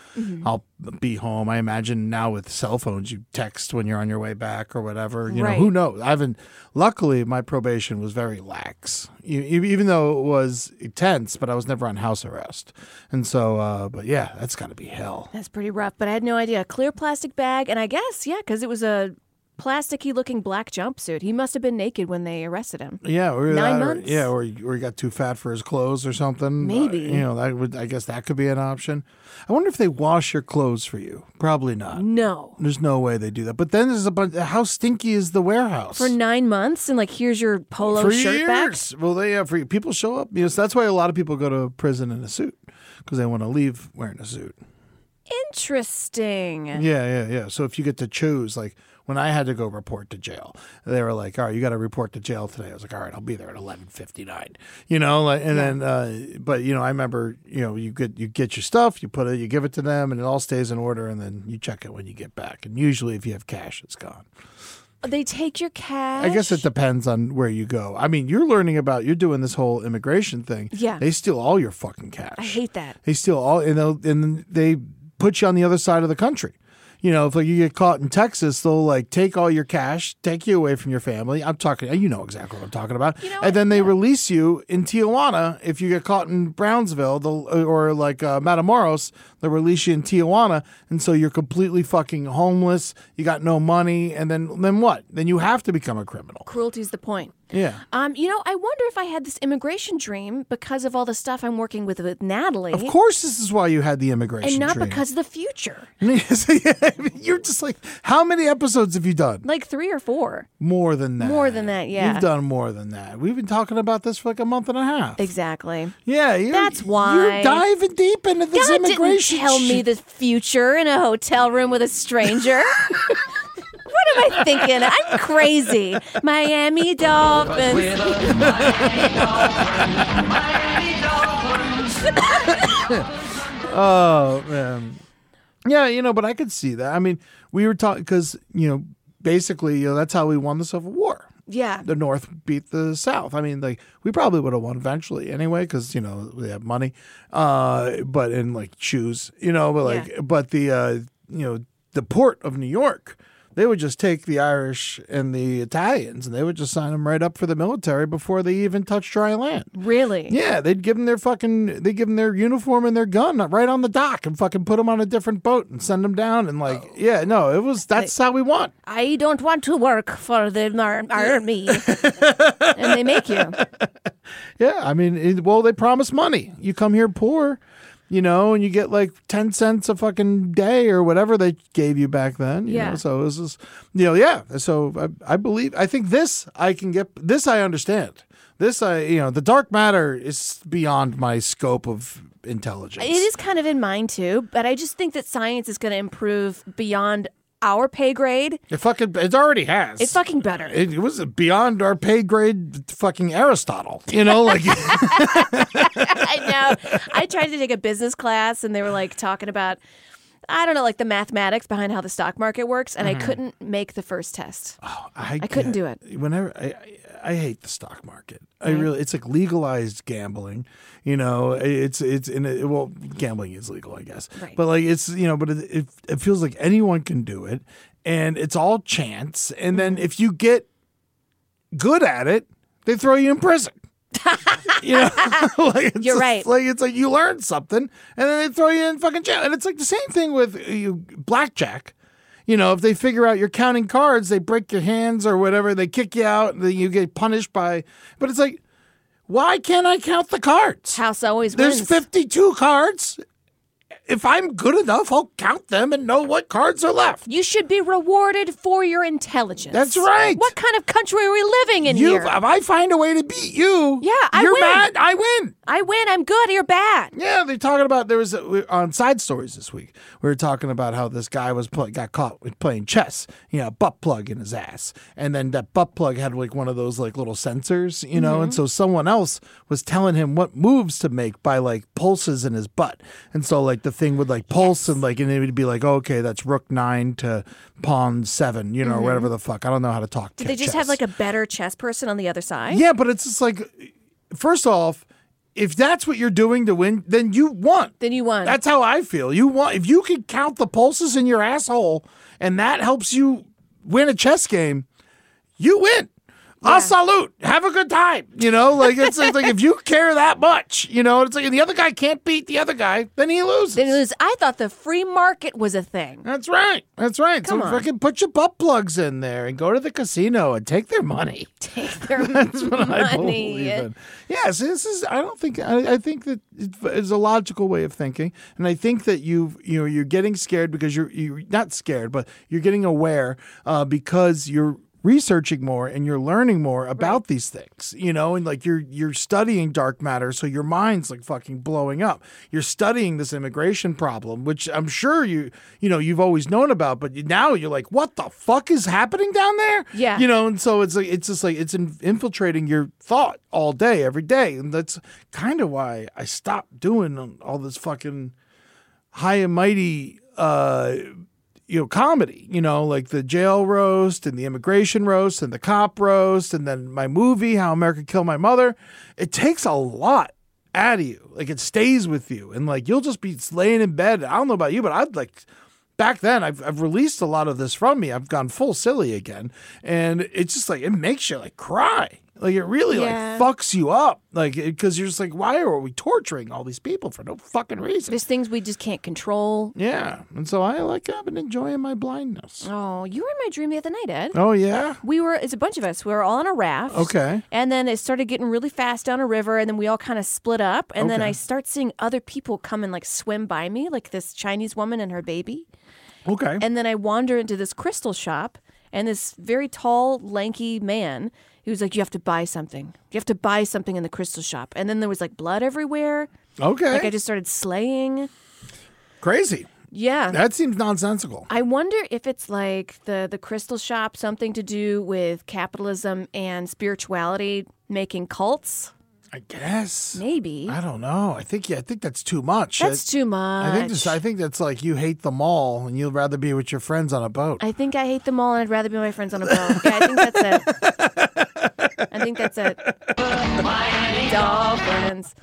I'll be home. I imagine now with cell phones, you text when you're on your way back or whatever. You
Right.
know, who knows? I haven't. Luckily, my probation was very lax, E- e- even though it was tense, but I was never on house arrest, and so, uh, but yeah, that's got to be hell.
That's pretty rough, but I had no idea. A clear plastic bag, and I guess, yeah, because it was a plasticky looking black jumpsuit. He must have been naked when they arrested him.
Yeah, or
Nine
that, or-
months?
yeah, or or he got too fat for his clothes or something.
Maybe.
Uh, you know that would. I guess that could be an option. I wonder if they wash your clothes for you. Probably not.
No.
There's no way they do that. But then there's a bunch. How stinky is the warehouse?
For nine months, and like, here's your polo
For
shirt
years. Well, they have for people show up. You know, so that's why a lot of people go to prison in a suit because they want to leave wearing a suit.
back. Interesting.
Yeah, yeah, yeah. So if you get to choose, like when I had to go report to jail, they were like, "All right, you got to report to jail today." I was like, "All right, I'll be there at eleven fifty nine. You know, like, and then, uh, but you know, I remember, you know, you get you get your stuff, you put it, you give it to them, and it all stays in order, and then you check it when you get back. And usually, if you have cash, it's gone.
They take your cash.
I guess it depends on where you go. I mean, you're learning about you're doing this whole immigration thing.
Yeah.
they steal all your fucking cash.
I hate that.
They steal all, and, they'll, and they put you on the other side of the country. You know, if like you get caught in Texas, they'll like take all your cash, take you away from your family. I'm talking, you know exactly what I'm talking about.
You know what?
and then they release you in Tijuana if you get caught in Brownsville, they'll, or like uh, Matamoros, they'll release you in Tijuana, and so you're completely fucking homeless. You got no money, and then then what? Then you have to become a criminal.
Cruelty's the point.
Yeah.
Um, you know, I wonder if I had this immigration dream because of all the stuff I'm working with with Natalie,
Of course, this is why you had the immigration.
and not
dream.
because of the future.
You're just like, how many episodes have you done?
Like three or four.
More than that.
More than that, yeah.
We've done more than that. We've been talking about this for like a month and a half.
Exactly.
Yeah, you're,
That's
you're
why.
diving deep into this
God didn't
immigration.
tell me
shit.
the future in a hotel room with a stranger. what am I thinking? I'm crazy. Miami Dolphins.
We're the Miami Dolphins. Miami Dolphins.
Oh man. Yeah, you know, but I could see that. I mean, we were talking because you know, basically, you know, that's how we won the Civil War.
Yeah.
the North beat the South. I mean, like we probably would have won eventually anyway because you know they have money, uh, but and like shoes, you know, but like
Yeah.
but the uh, you know the port of New York, they would just take the Irish and the Italians and they would just sign them right up for the military before they even touched dry land.
Really?
Yeah, they'd give them their fucking, they give them their uniform and their gun right on the dock and fucking put them on a different boat and send them down and like, yeah, no, it was that's how we won.
I don't want to work for the mar- army. and they make you.
Yeah, I mean, it, well, they promise money. You come here poor, you know, and you get like ten cents a fucking day or whatever they gave you back then. You
Yeah.
Know? So it was just, you know, yeah. So I, I believe, I think this I can get. This I understand. This I, you know, the dark matter is beyond my scope of intelligence.
It is kind of in mind too, but I just think that science is going to improve beyond our pay grade.
It fucking, it already has.
It's fucking better.
It, it was beyond our pay grade. Fucking Aristotle. You know, like.
I know. I tried to take a business class and they were like talking about I don't know, like the mathematics behind how the stock market works, and
Mm-hmm.
I couldn't make the first test.
I,
couldn't
can't-
do
Whenever I, I, I hate the stock market. I really, it's like legalized gambling. You know, it's it's in it, well, gambling is legal, I guess.
Right.
But like it's you know, but it, it it feels like anyone can do it, and it's all chance. And then
Mm-hmm.
if you get good at it, they throw you in prison. you know, like it's
You're
just
right.
Like it's like you learn something, and then they throw you in fucking jail. And it's like the same thing with uh, you blackjack. You know, if they figure out you're counting cards, they break your hands or whatever, they kick you out, and then you get punished by. But it's like, why can't I count the cards?
House always
There's
wins.
52 cards. If I'm good enough, I'll count them and know what cards are left.
you should be rewarded for your intelligence.
That's right.
What kind of country are we living in
You,
here?
if I find a way to beat you,
Yeah, I
you're
win.
bad, I win.
I win. I'm good. You're bad.
Yeah, they're talking about there was a, on side stories this week. We were talking about how this guy was play, got caught with playing chess. You know, a butt plug in his ass, and then that butt plug had like one of those like little sensors, you know,
Mm-hmm.
and so someone else was telling him what moves to make by like pulses in his butt, and so like the thing would like pulse and like and it would be like okay, that's rook nine to pawn seven, you know, or whatever the fuck. I don't know how to talk.
Mm-hmm. Did they just have like a better chess person on the other side?
Yeah, but it's just like, first off, if that's what you're doing to win, then you won.
Then you won.
That's how I feel. You want if you can count the pulses in your asshole, and that helps you win a chess game. You win. I'll salute. Have a good time. You know, like it's, it's like if you care that much, you know, it's like if the other guy can't beat the other guy, then he loses.
Then it was, I thought the free market was a thing.
That's right. That's right.
Come
so
on.
fucking put your butt plugs in there and go to the casino and take their money.
Take their
That's what
money.
I believe in. Yes, this is. I don't think. I, I think that it's a logical way of thinking, and I think that you you know you're getting scared because you're you're not scared, but you're getting aware uh, because you're researching more and you're learning more about these things, you know, and like you're you're studying dark matter, so your mind's like fucking blowing up. You're studying this immigration problem, which I'm sure you you know you've always known about, but now you're like, what the fuck is happening down there?
Yeah.
you know, and so it's like it's just like it's in, infiltrating your thought all day, every day, and that's kind of why I stopped doing all this fucking high and mighty uh you know comedy you know like the jail roast and the immigration roast and the cop roast and then my movie how america killed my mother it takes a lot out of you like it stays with you and like you'll just be laying in bed i don't know about you but i'd like back then I've, I've released a lot of this from me i've gone full silly again and it's just like it makes you like cry like it really
Yeah.
like fucks you up like because you're just like why are we torturing all these people for no fucking reason
There's things we just can't control.
yeah, and so I like I've been enjoying my blindness.
Oh, you were in my dream the other night, Ed.
Oh yeah,
We were, it's a bunch of us. We were all on a raft.
Okay.
And then it started getting really fast down a river, and then we all kind of split up. And then
Okay.
I start seeing other people come and like swim by me, like this Chinese woman and her baby.
okay.
And then I wander into this crystal shop, and this very tall, lanky man, he was like, You have to buy something. You have to buy something in the crystal shop. And then there was like blood everywhere.
okay.
Like I just started slaying.
Crazy.
Yeah.
That seems nonsensical.
I wonder if it's like the the crystal shop something to do with capitalism and spirituality making cults.
I guess.
Maybe
I don't know. I think yeah, I think that's too much.
that's
I-
too much.
I think this, I think that's like you hate the mall and you'd rather be with your friends on a boat.
I think I hate them all, and I'd rather be my friends on a boat. Yeah, I think that's it. I think that's it. Miami Dolphins.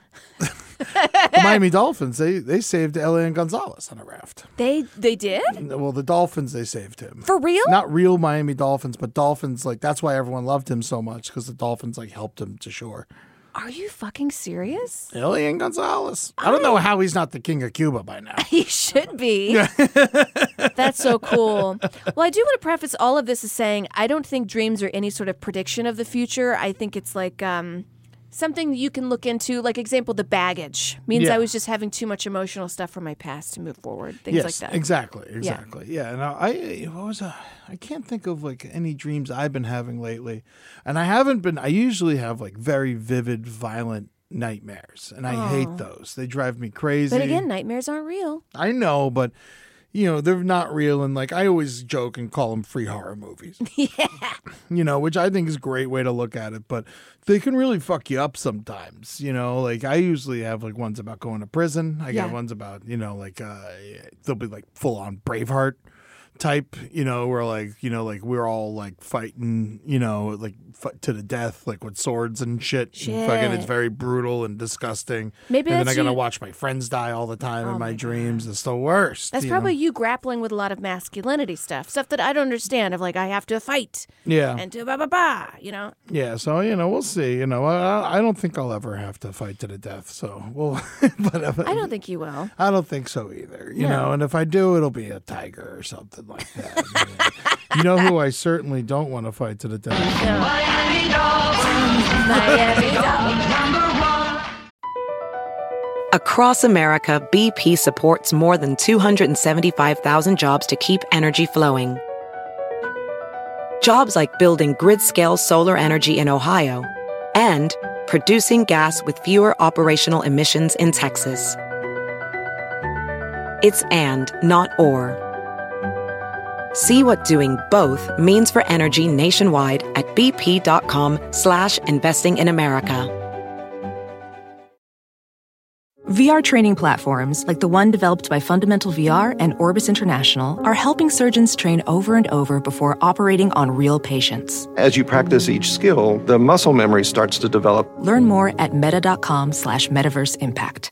the Miami Dolphins, they they saved Elian Gonzalez on a raft.
They they did
Well, the Dolphins they saved him.
for real.
Not real Miami Dolphins, but Dolphins like that's why everyone loved him so much because the Dolphins like helped him to shore.
Are you fucking serious?
Elian Gonzalez. I don't know
Oh.
how he's not the king of Cuba by now.
He should be. That's so cool. Well, I do want to preface all of this as saying I don't think dreams are any sort of prediction of the future. I think it's like um, something you can look into. Like example, the baggage means
Yeah.
I was just having too much emotional stuff from my past to move forward. Things like that.
Exactly, exactly. Yeah, and I, I what was I? I can't think of like any dreams I've been having lately, and I haven't been. I usually have like very vivid, violent nightmares, and I hate those. They drive me crazy.
But again, nightmares aren't real.
I know, but you know they're not real, and like I always joke and call them free horror movies. yeah, you know, which I think is a great way to look at it, but they can really fuck you up sometimes. You know, like I usually have like ones about going to prison. I
Yeah.
got ones about you know like uh they'll be like full on Braveheart type. You know, where like you know like we're all like fighting. You know, like fight to the death, like with swords and shit. And fucking,
Shit.
it's very brutal and disgusting.
Maybe
and then
that's
I gotta
you-
watch my friends die all the time in my, dreams. It's the worst.
Oh That's
you
probably
know?
you grappling with a lot of masculinity stuff, stuff that I don't understand. Of like, I have to fight
yeah,
and to ba ba ba. You know,
yeah. So you know, we'll see. You know, I, I- I don't think I'll ever have to fight to the death. So well, but uh,
I don't think you will.
I don't think so either. You know, and if I do, it'll be a tiger or something like that. you know who I certainly don't want to fight to the death.
Miami Dolphins,
Miami Dolphins.
number one.
Across America, BP supports more than 275,000 jobs to keep energy flowing. Jobs like building grid scale solar energy in Ohio and producing gas with fewer operational emissions in Texas. It's and, not or. See what doing both means for energy nationwide at bp.com slash investing in America.
VR training platforms like the one developed by Fundamental VR and Orbis International are helping surgeons train over and over before operating on real patients.
As you practice each skill, the muscle memory starts to develop.
Learn more at meta.com slash metaverse impact.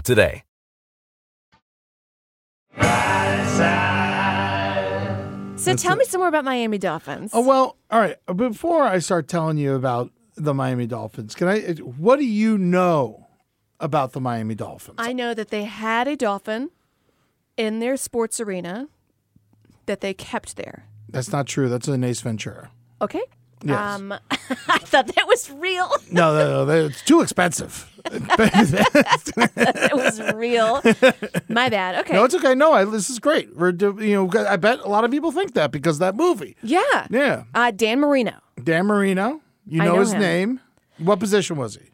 today.
So tell me some more about Miami Dolphins.
Oh well, all right. Before I start telling you about the Miami Dolphins, can I? What do you know about the Miami Dolphins?
I know that they had a dolphin in their sports arena that they kept there.
That's not true. That's an Ace Ventura.
Okay.
Yes.
Um, I thought that was real.
No, no, no. It's too expensive.
That was real. My bad. Okay.
No, it's okay. No, I, this is great. We're do- you know, I bet a lot of people think that because of that movie.
yeah.
Yeah,
Uh, Dan Marino,
Dan Marino. You
I
know,
know
his
him.
name. What position was he?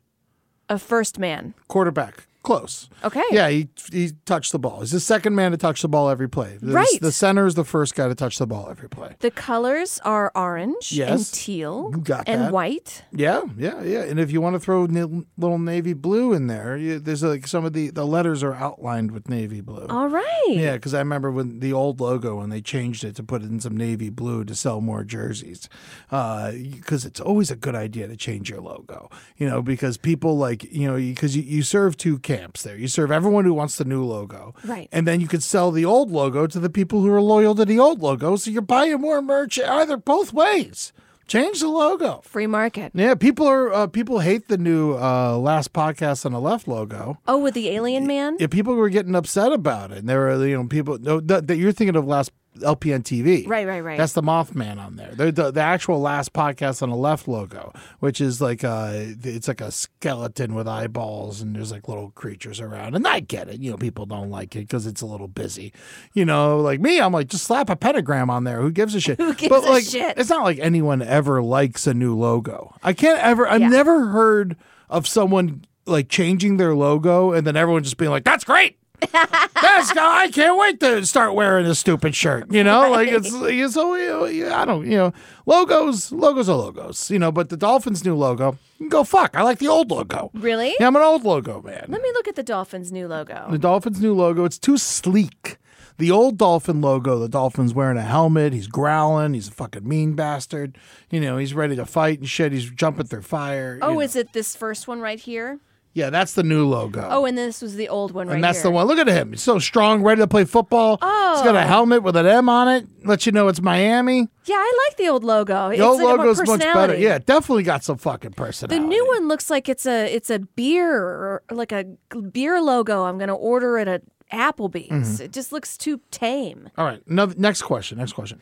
a first man.
Quarterback. Close.
Okay.
Yeah, he he touched the ball. He's the second man to touch the ball every play. The,
Right.
The center is the first guy to touch the ball every play.
The colors are orange
Yes.
and teal
You got
and
that.
white.
Yeah, yeah, yeah. And if you want to throw n- little navy blue in there, you, there's like some of the the letters are outlined with navy blue.
All right.
Yeah, because I remember when the old logo when they changed it to put in some navy blue to sell more jerseys, because it's always a good idea to change your logo. You know, because people like you know because you, you serve two camps there. You serve everyone who wants the new logo,
Right.
And then you could sell the old logo to the people who are loyal to the old logo. So you're buying more merch either both ways. Change the logo.
Free market.
Yeah, people are uh, people hate the new uh, last podcast on the left logo.
Oh, with the alien man?
Yeah, people were getting upset about it. And there were, you know, people no, that that you're thinking of last LPN TV.
Right, right, right.
That's the Mothman on there. The, the, the actual last podcast on the left logo, which is like a, it's like a skeleton with eyeballs and there's like little creatures around. And I get it. You know, people don't like it because it's a little busy. You know, like me, I'm like, just slap a pentagram on there. Who gives a shit? Who
gives
but
a
like,
shit?
it's not like anyone ever likes a new logo. I can't ever. I've never heard of someone like changing their logo and then everyone just being like, "That's great." That's I can't wait to start wearing this stupid shirt. You know, like it's it's so you know, I don't you know logos logos are logos. You know, but the Dolphins' new logo, you can go fuck. I like the old logo.
Really?
Yeah, I'm an old logo man.
Let me look at the Dolphins' new logo.
The Dolphins' new logo, it's too sleek. The old Dolphin logo, the Dolphin's wearing a helmet, he's growling, he's a fucking mean bastard. You know, he's ready to fight and shit, he's jumping through fire.
Oh,
it's
is it this first one right here?
Yeah, that's the new logo.
Oh, and this was the old one right
and that's
here.
the one. Look at him. He's so strong, ready to play football. Oh. He's got a helmet with an M on it. Let you know it's Miami.
Yeah, I like the old logo.
The
it's
old
like a more
logo's much better.
personality.
Yeah, it definitely got some fucking
The
personality.
new one looks like it's a it's a beer or like a g- beer logo. I'm gonna order it at Applebee's.
Mm-hmm.
It just looks too tame.
All right. Another, next question. Next question.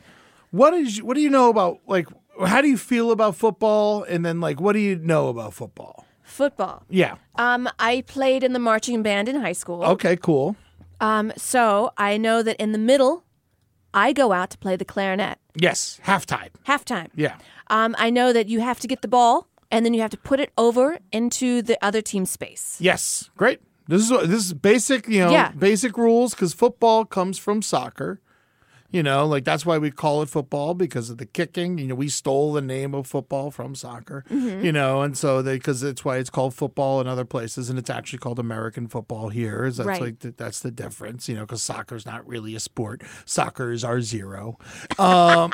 What is what do you know about like how do you feel about football and then like what do you know about football?
Football.
Yeah.
Um, I played in the marching band in high school.
Okay, cool.
Um, so I know that in the middle, I go out to play the clarinet
Yes, halftime.
halftime.
Yeah.
Um, I know that you have to get the ball and then you have to put it over into the other team's space.
Yes. Great. This is what- this is basic, you know,
Yeah.
basic rules cuz football comes from soccer. You know, like that's why we call it football because of the kicking. You know, we stole the name of football from soccer.
Mm-hmm.
You know, and so they because that's why it's called football in other places, and it's actually called American football here. Is that's
Right.
like the, that's the difference. You know, because soccer's not really a sport. Soccer is our zero. Um,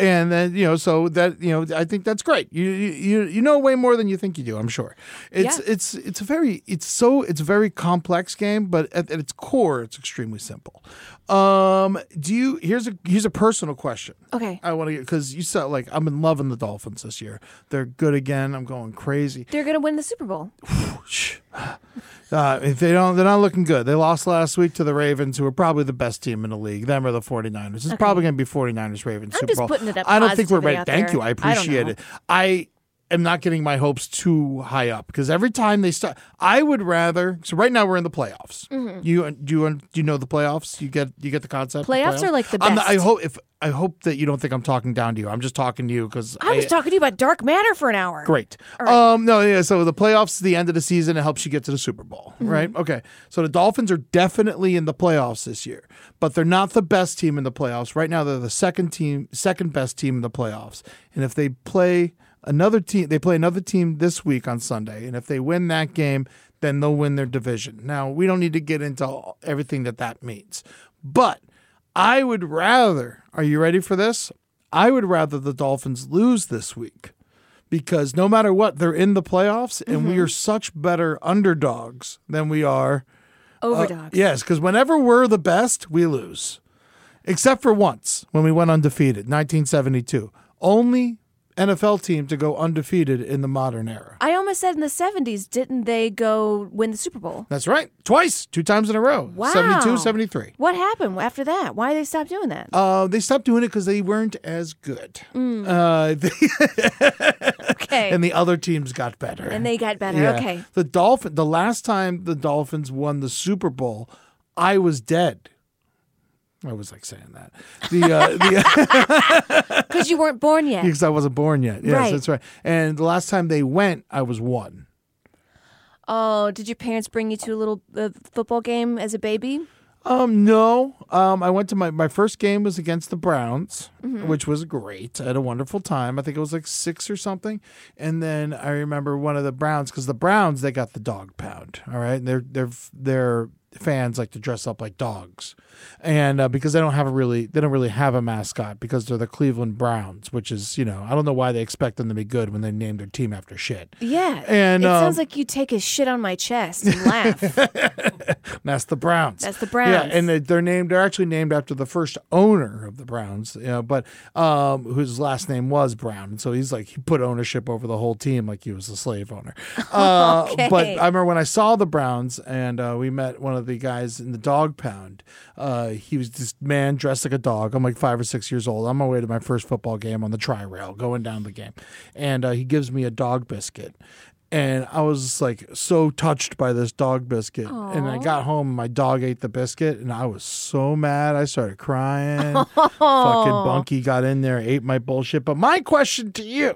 and then you know, so that you know, I think that's great. You you you- you know way more than you think you do. I'm sure. It's
Yeah.
it's it's a very it's so it's a very complex game, but at, at its core, it's extremely simple. Um, do you? Here's a here's a personal question.
Okay.
I want to get because you said like I'm in love with the Dolphins this year. They're good again. I'm going crazy.
They're gonna win the Super Bowl.
Uh, if they don't, they're not looking good. They lost last week to the Ravens, who are probably the best team in the league. Them or the 49ers. It's probably going to be 49ers Ravens
I'm
Super
just
Bowl.
putting it up
I don't think we're
positively
ready.
out
Thank
there.
you. I
I don't
appreciate
know.
it. I am not getting my hopes too high up because every time they start, I would rather. So right now we're in the playoffs.
Mhm.
You do you do you know the playoffs? You get you get the concept. of
Playoffs are like the
I'm not- I
best.
hope if I hope that you don't think I'm talking down to you. I'm just talking to you because
I was talking to you about dark matter for an hour.
Great. Um, no, yeah. So the playoffs, the end of the season, it helps you get to the Super Bowl, right? Okay. So the Dolphins are definitely in the playoffs this year, but they're not the best team in the playoffs right now. They're the second team, second best team in the playoffs. And if they play another team, they play another team this week on Sunday, and if they win that game, then they'll win their division. Now we don't need to get into all- everything that that means, but I would rather. Are you ready for this? I would rather the Dolphins lose this week because no matter what, they're in the playoffs, and
Mm-hmm.
we are such better underdogs than we are
Overdogs.
uh, yes, because whenever we're the best, we lose, except for once when we went undefeated, 1972. Only NFL team to go undefeated in the modern era.
I almost said in the 70s, didn't they go win the Super Bowl?
That's right, twice, two times in a row.
Wow.
72, 73.
What happened after that? Why they stopped doing that?
Uh, they stopped doing it because they weren't as good.
Mm.
Uh,
Okay.
and the other teams got better.
And they got better.
Yeah.
Okay.
The dolphin. The last time the Dolphins won the Super Bowl, I was dead. I was like saying that. The, uh, the
Because you weren't born yet.
because I wasn't born yet. Yes,
Right.
that's right. And the last time they went, I was one.
Oh, did your parents bring you to a little uh, football game as a baby?
Um, no. Um, I went to my my first game was against the Browns, which was great. I had a wonderful time. I think it was like six or something. And then I remember one of the Browns because the Browns they got the dog pound. All right, and they're they're they're fans like to dress up like dogs and uh, because they don't have a really they don't really have a mascot because they're the cleveland browns which is you know i don't know why they expect them to be good when they name their team after shit
Yeah.
And,
it
um,
sounds like you take a shit on my chest and laugh.
And That's the Browns.
That's the Browns.
Yeah, and they- they're named. They're actually named after the first owner of the Browns. You know, but um, whose last name was Brown, and so he's like he put ownership over the whole team, like he was a slave owner. Uh,
Okay.
But I remember when I saw the Browns, and uh, we met one of the guys in the dog pound. Uh, he was this man dressed like a dog. I'm like five or six years old. I'm on my way to my first football game on the tri rail, going down the game, and uh, he gives me a dog biscuit. And I was like so touched by this dog biscuit. And I got home, and my dog ate the biscuit, and I was so mad. I started crying. Fucking Bunky got in there, ate my bullshit. But my question to you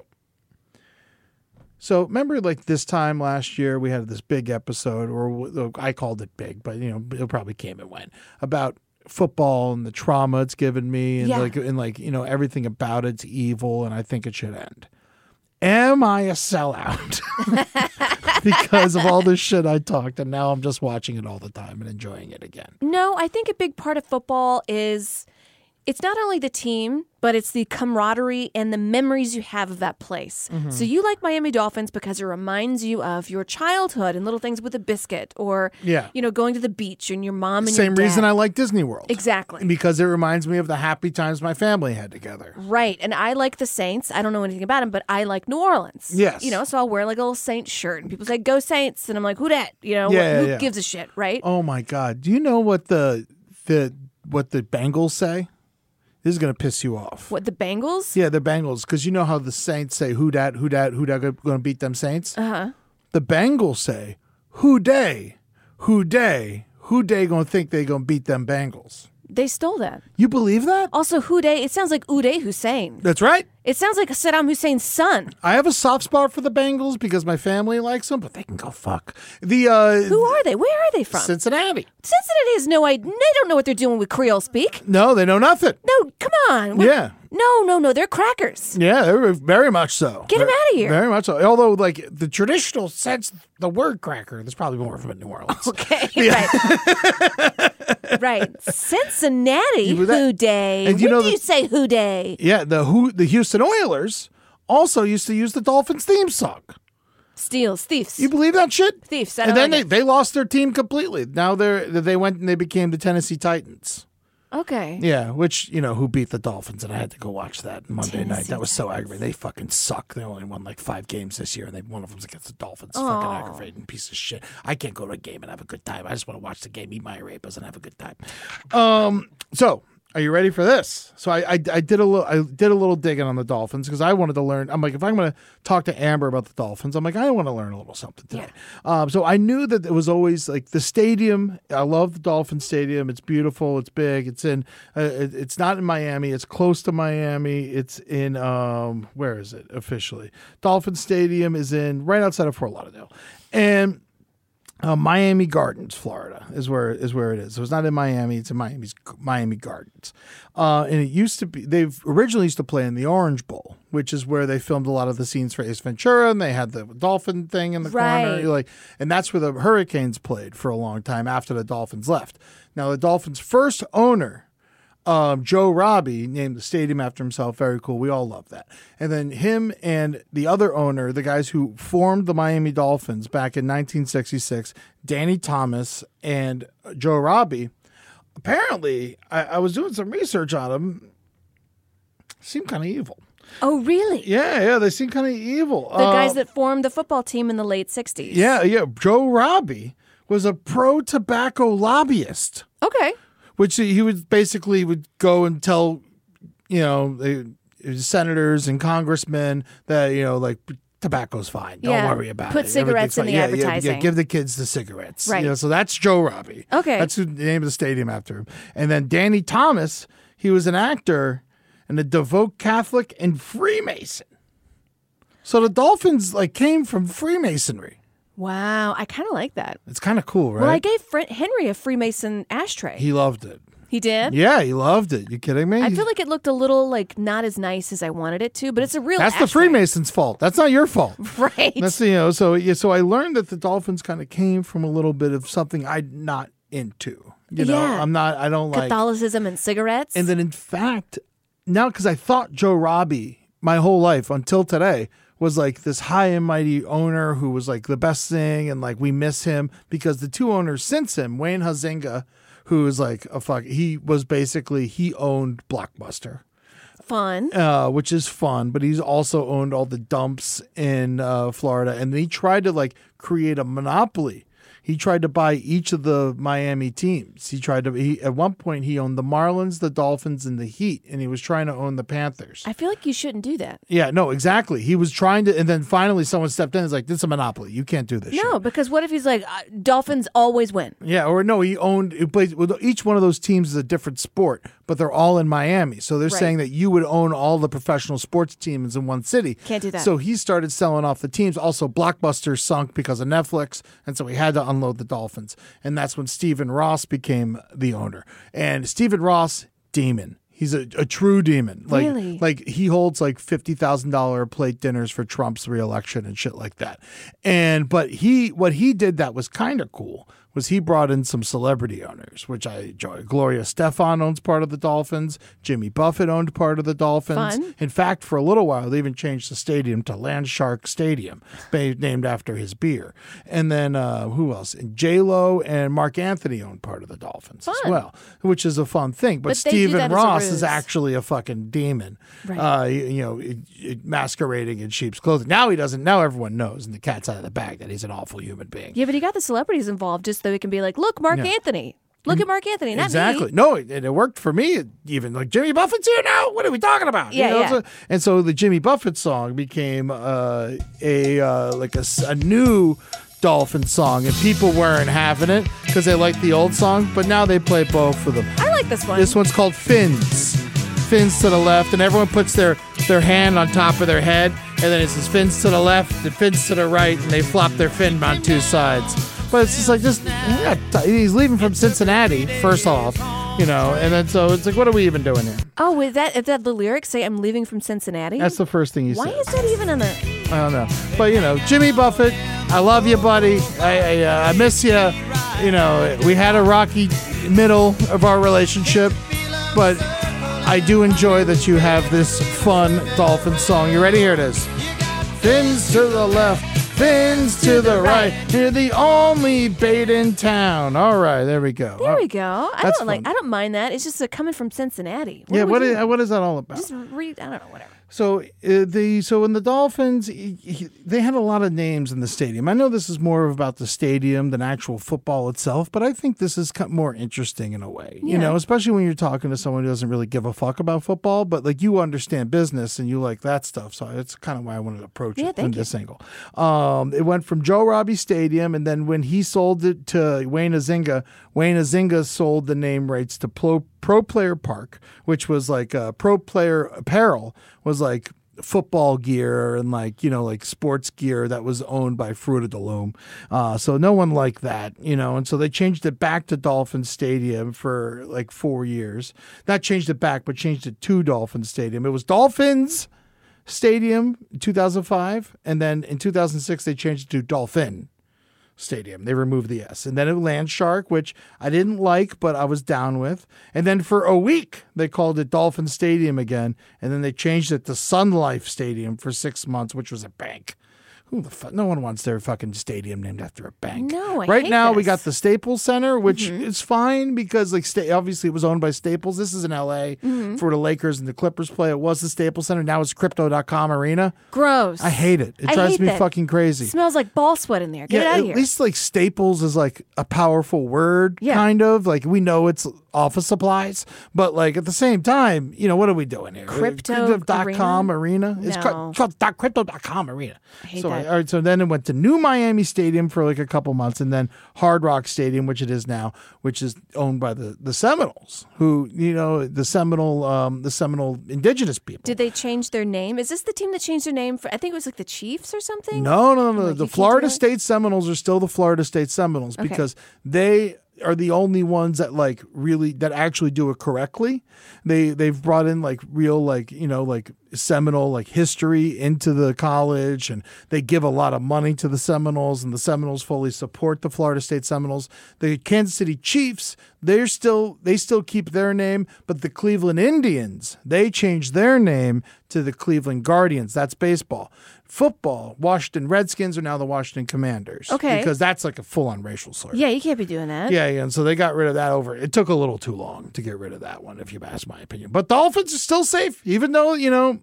so remember, like this time last year, we had this big episode, or w- I called it big, but you know it probably came and went about football and the trauma it's given me, and
Yeah.
like and like you know everything about it's evil, and I think it should end. Am I a sellout because of all this shit I talked, and now I'm just watching it all the time and enjoying it again?
no, I think a big part of football is it's not only the team, but it's the camaraderie and the memories you have of that place.
Mm-hmm.
So you like Miami Dolphins because it reminds you of your childhood and little things with a biscuit or
Yeah.
you know, going to the beach and your mom and
Same
your dad.
reason I like Disney World
Exactly.
because it reminds me of the happy times my family had together.
Right. And I like the Saints. I don't know anything about them, but I like New Orleans.
Yes.
You know, so I'll wear like a little Saints shirt and people say, go Saints. And I'm like, who dat? You know,
Yeah,
who
yeah, yeah.
gives a shit, right?
Oh my God! Do you know what the the what the Bengals say? This is gonna piss you off.
What, the Bengals?
Yeah, the Bengals, because you know how the Saints say "Who dat? Who dat? Who dat? Gonna beat them Saints." Uh
Uh-huh.
huh. The Bengals say "Who day? Who day? Who day gonna think they gonna beat them Bengals?"
They stole that.
You believe that?
Also, Houday, it sounds like Uday Hussein.
That's right.
It sounds like Saddam Hussein's son.
I have a soft spot for the Bengals because my family likes them, but they can go fuck the uh,
Who are they? Where are they from?
Cincinnati.
Cincinnati has no idea. They don't know what they're doing with Creole speak.
No, they know nothing.
No, come on. What-
Yeah.
No, no, no. They're crackers.
Yeah, very- very much so.
Get 'em
Ver-
outta here.
Very much so. Although, like the traditional sense, the word cracker, there's probably more of them in New Orleans.
Okay. Right. right. Cincinnati,
You- that-
Houday.
and you
When
know
do
the-
you say Houday?
yeah, the who the Houston Oilers also used to use the Dolphins theme song.
Steals, thieves.
You believe that shit?
Thieves, I
And
don't
then
like it.
they, they lost their team completely. Now they're they went and they became the Tennessee Titans.
okay.
Yeah, which you know who beat the Dolphins, and I had to go watch that Monday night. That was so aggravating. They fucking suck. They only won like five games this year, and they one of them's against the Dolphins. It's Fucking aggravating piece of shit. I can't go to a game and have a good time. I just want to watch the game, eat my arepas, and have a good time. Um, so. Are you ready for this? So I, I, I did a little I did a little digging on the Dolphins because I wanted to learn. I'm like, if I'm going to talk to Amber about the Dolphins, I'm like, I want to learn a little something today. Um, so I knew that it was always like the stadium. I love the Dolphin Stadium. It's beautiful. It's big. It's in. Uh, it- it's not in Miami. It's close to Miami. It's in um where is it officially? Dolphin Stadium is in right outside of Fort Lauderdale, and uh, Miami Gardens, Florida, is where is where it is. So it's not in Miami; it's in Miami's Miami Gardens, uh, and it used to be. They've originally used to play in the Orange Bowl, which is where they filmed a lot of the scenes for Ace Ventura, and they had the dolphin thing in the corner,
Right.
You're like, and that's where the Hurricanes played for a long time after the Dolphins left. Now, the Dolphins' first owner um, Joe Robbie named the stadium after himself. Very cool. We all love that. And then him and the other owner, the guys who formed the Miami Dolphins back in 1966, Danny Thomas and Joe Robbie. Apparently, I, I was doing some research on them. Seem kind of evil.
Oh, really?
Yeah, yeah, they seem kind of evil. Um,
The guys that formed the football team in the late 60s.
Yeah, yeah. Joe Robbie was a pro tobacco lobbyist.
Okay.
which he would basically would go and tell you know the senators and congressmen that you know like tobacco's fine don't
Yeah.
worry about
Put
it
cigarettes in the
Everything's fine. Yeah, yeah, yeah,
advertising.
give the kids the cigarettes
Right.
You know, so that's joe robbie
Okay.
that's who the name of the stadium after him and then danny thomas he was an actor and a devout catholic and freemason so the dolphins like came from freemasonry
Wow. I kind of like that.
it's kind of cool right
Well, I gave Fr- Henry a Freemason ashtray.
he loved it
He did?
yeah he loved it you kidding me
I feel like it looked a little like not as nice as I wanted it to, but it's a real.
That's the
ashtray.
Freemasons' fault. That's not your fault.
right?
That's you know. So yeah. So I learned that the Dolphins kind of came from a little bit of something I'm not into. You know,
Yeah.
I'm not. I don't like.
Catholicism and cigarettes.
And then in fact, now because I thought Joe Robbie my whole life until today was like this high and mighty owner who was like the best thing, and like we miss him because the two owners since him, Wayne Huizenga, who is like a fuck. He was basically he owned Blockbuster
Fun.
uh, which is fun. But he's also owned all the dumps in uh, Florida, and he tried to like create a monopoly. He tried to buy each of the Miami teams. He tried to. He at one point he owned the Marlins, the Dolphins, and the Heat, and he was trying to own the Panthers.
I feel like you shouldn't do that.
yeah, no, exactly. He was trying to, and then finally someone stepped in. and was like, "This is a monopoly. You can't do this." shit."
No, because what if he's like, uh, dolphins always win?
Yeah, or no, he owned he plays well, each one of those teams is a different sport, but they're all in Miami. So they're
Right.
saying that you would own all the professional sports teams in one city.
Can't do that.
So he started selling off the teams. Also, Blockbuster sunk because of Netflix, and so he had to unload the Dolphins. And that's when Stephen Ross became the owner. And Stephen Ross, demon. He's a, a true demon. Like
Really?
like he holds like fifty thousand dollar plate dinners for Trump's reelection and shit like that. And but he what he did that was kind of cool was he brought in some celebrity owners, which I enjoy. Gloria Stefan owns part of the Dolphins. Jimmy Buffett owned part of the Dolphins.
Fun.
In fact, for a little while they even changed the stadium to Landshark Stadium, ba- named after his beer. And then uh, who else? J Lo and Mark Anthony owned part of the Dolphins as
Fun.
well, which is a fun thing. But,
But they do that
Stephen
as a
Ross is
ruse.
actually actually a fucking demon,
Right.
uh, you, you know, it, it masquerading in sheep's clothing. Now he doesn't. Now everyone knows, and the cat's out of the bag that he's an awful human being.
Yeah, but he got the celebrities involved just so he can be like, look, Mark Anthony. Look at Mark Anthony. Not
Mm-hmm. exactly.
Me.
No, it, and it worked for me. Even like Jimmy Buffett's here now. What are we talking about?
Yeah, yeah.
so- and so the Jimmy Buffett song became uh, a uh, like a, s- a new dolphin song, and people weren't having it because they liked the old song. But now they play both of them.
I like this one.
This one's called fins. Fins to the left, and everyone puts their their hand on top of their head, and then it says fins to the left and fins to the right, and they flop their fin on two sides. But it's just like just yeah, he's leaving from Cincinnati first off, you know, and then so it's like what are we even doing here?
Oh, is that, is that the lyrics say, I'm leaving from Cincinnati?
That's the first thing he
Why
says.
is that even in the.
I don't know, but you know, Jimmy Buffett, I love you, buddy. I I, uh, I miss you. You know, we had a rocky middle of our relationship, but I do enjoy that you have this fun dolphin song. You ready? Here it is. Fins to the left, fins to the right. You're the only bait in town. All right, there we go.
There we go. I
That's
don't like.
fun.
I don't mind that. It's just uh, coming from Cincinnati.
Yeah,
do we
what
do?
is, what is that all about?
Just read. I don't know. Whatever.
So uh, the so when the Dolphins, he- he- they had a lot of names in the stadium. I know this is more about the stadium than actual football itself, but I think this is co- more interesting in a way. You
Yeah.
know, especially when you're talking to someone who doesn't really give a fuck about football, but like you understand business and you like that stuff. So that's kind of why I wanted to approach
Yeah,
it from
thank you.
this angle. Um, it went from Joe Robbie Stadium, and then when he sold it to Wayne Azinga, Wayne Azinga sold the name rights to Pro, Pro Player Park, which was like uh, Pro Player Apparel was like football gear and like you know like sports gear that was owned by Fruita de Loom. Uh, so no one liked that, you know, and so they changed it back to Dolphin Stadium for like four years. Not changed it back, but changed it to Dolphin Stadium. It was Dolphins. Stadium in 2005, and then in 2006 they changed it to Dolphin Stadium. They removed the S, and then it Land Shark, which I didn't like, but I was down with. And then for a week they called it Dolphin Stadium again, and then they changed it to Sun Life Stadium for six months, which was a bank. Who the fuck? No one wants their fucking stadium named after a bank.
No, I
right
hate
now
this.
we
Mm-hmm.
got the Staples Center, which is fine because like sta- obviously it was owned by Staples. This is in L.A.
Mm-hmm.
for where the Lakers and the Clippers play. It was the Staples Center. Now it's Crypto.com Arena.
Gross.
I hate it. It
I
drives
hate
me
that.
fucking crazy.
Smells like ball sweat in there. Get it out
at
of here.
least like Staples is like a powerful word,
Yeah.
kind of. Like we know it's office supplies, but like at the same time, you know, what are we doing here? Uh,
Crypto
Crypto.com arena? It's
No.
called called dot- crypto.com arena.
hate
so,
that.
all right, so then it went to New Miami Stadium for like a couple months and then Hard Rock Stadium, which it is now, which is owned by the, the Seminoles, who, you know, the Seminole, um, the Seminole indigenous people.
Did they change their name? Is this the team that changed their name for? I think it was like the Chiefs or something.
No, no, no.
I'm
no.
like, you
the
can't do
Florida
that?
State Seminoles are still the Florida State Seminoles
Okay.
because they are the only ones that like really that actually do it correctly. They they've brought in like real like you know like Seminole like history into the college and they give a lot of money to the Seminoles and the Seminoles fully support the Florida State Seminoles. The Kansas City Chiefs they're still they still keep their name, but the Cleveland Indians they changed their name to the Cleveland Guardians. That's baseball. Football, Washington Redskins are now the Washington Commanders.
Okay.
Because that's like a full on racial slur.
Yeah, you can't be doing that.
Yeah, yeah, and so they got rid of that over. It took a little too long to get rid of that one, if you ask my opinion. But dolphins are still safe, even though you know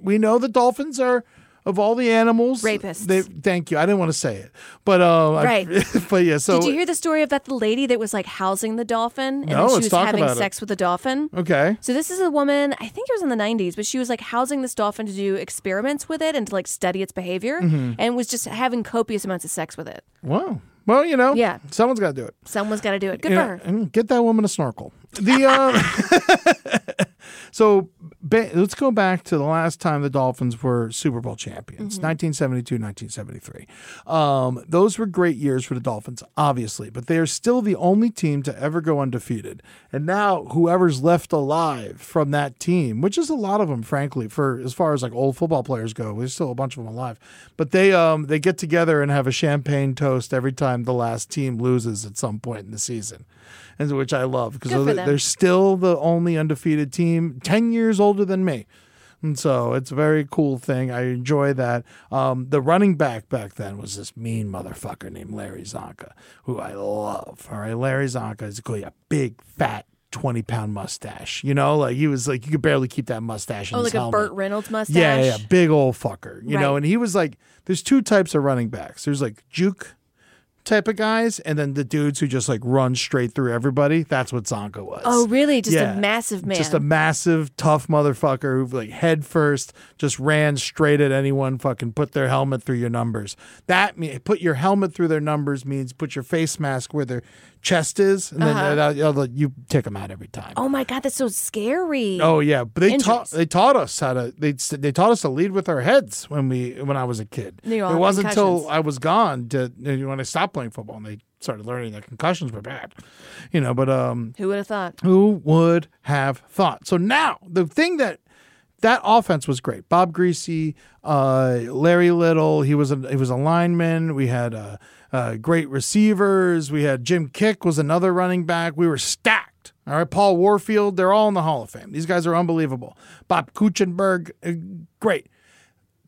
we know the dolphins are of all the animals
Rapists.
They, thank you. I didn't want to say it, but um, I-
Right.
but yeah. So
Did you hear the story of that the lady that was like housing the dolphin and
No,
then she
let's
was
talk
having
about it.
sex with the dolphin?
okay.
So this is a woman, I think it was in the 90s, but she was like housing this dolphin to do experiments with it and to like study its behavior
Mm-hmm.
and was just having copious amounts of sex with it.
Wow. Well, you know,
Yeah.
someone's got to do it.
Someone's got to do it. Good
You
for
know,
her.
and Get that woman a snorkel. The um, so ba- let's go back to the last time the Dolphins were Super Bowl champions, 1972, 1973. Um, those were great years for the Dolphins, obviously, but they are still the only team to ever go undefeated. And now whoever's left alive from that team, which is a lot of them, frankly, for as far as like old football players go, there's still a bunch of them alive. But they um, they get together and have a champagne toast every time the last team loses at some point in the season and which I love because
Good for
they're,
them.
they're still the only undefeated team, ten years older than me. And so it's a very cool thing. I enjoy that. Um, the running back back then was this mean motherfucker named Larry Zonka, who I love. All right, Larry Zonka is clearly a big fat. 20 pound mustache, you know, like he was like, you could barely keep that mustache. In
Oh,
his
like a
helmet.
Burt Reynolds mustache.
Yeah, yeah, yeah, big old fucker. You know,
Right.
and he was like, there's two types of running backs. There's like juke type of guys, and then the dudes who just like run straight through everybody. That's what Zonka was.
Oh, really? Just
Yeah.
a massive man.
Just a massive, tough motherfucker who like head first just ran straight at anyone. Fucking put their helmet through your numbers. That me- put your helmet through their numbers means put your face mask where their chest is, and then that- that'll- you take them out every time.
Uh-huh. oh my God, that's so scary.
Oh yeah, but they taught
Injuries.
they taught us how to they s- they taught us to lead with our heads when we when I was a kid.
They all
it
had
wasn't until
concussions.
I was gone to when I stopped playing football and they started learning that concussions were bad. You know, but um,
Who would have thought?
who would have thought? So now the thing that that offense was great. Bob Greasy, uh, Larry Little. He was a he was a lineman. We had uh, uh, great receivers. We had Jim Kick was another running back. We were stacked. All right, Paul Warfield. They're all in the Hall of Fame. These guys are unbelievable. Bob Kuchenberg, uh, great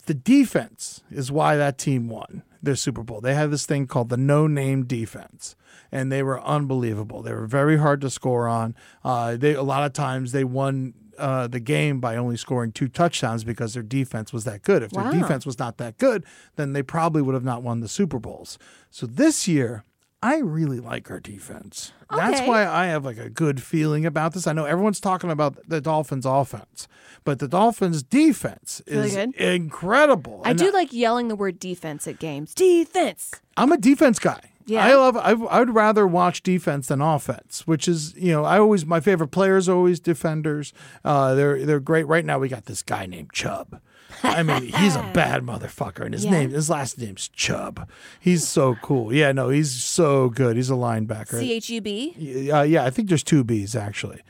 the defense is why that team won their Super Bowl. They had this thing called the no name defense, and they were unbelievable. They were very hard to score on. Uh, they a lot of times they won uh, the game by only scoring two touchdowns because their defense was that good. If
Wow.
their defense was not that good, then they probably would have not won the Super Bowls. So this year, I really like our defense. That's
Okay.
why I have like a good feeling about this. I know everyone's talking about the Dolphins' offense, but the Dolphins' defense
Really
is
good?
incredible.
I
And
do like yelling the word defense at games. Defense.
I'm a defense guy.
Yeah.
I love. I, I would rather watch defense than offense, which is you know I always my favorite players are always defenders. Uh, they're they're great. Right now we got this guy named Chubb. I mean he's a bad motherfucker, and his
Yeah.
name his last name's Chubb. He's so cool. Yeah, no, he's so good. He's a linebacker.
C H U B.
Yeah, uh, yeah, I think there's two B's actually.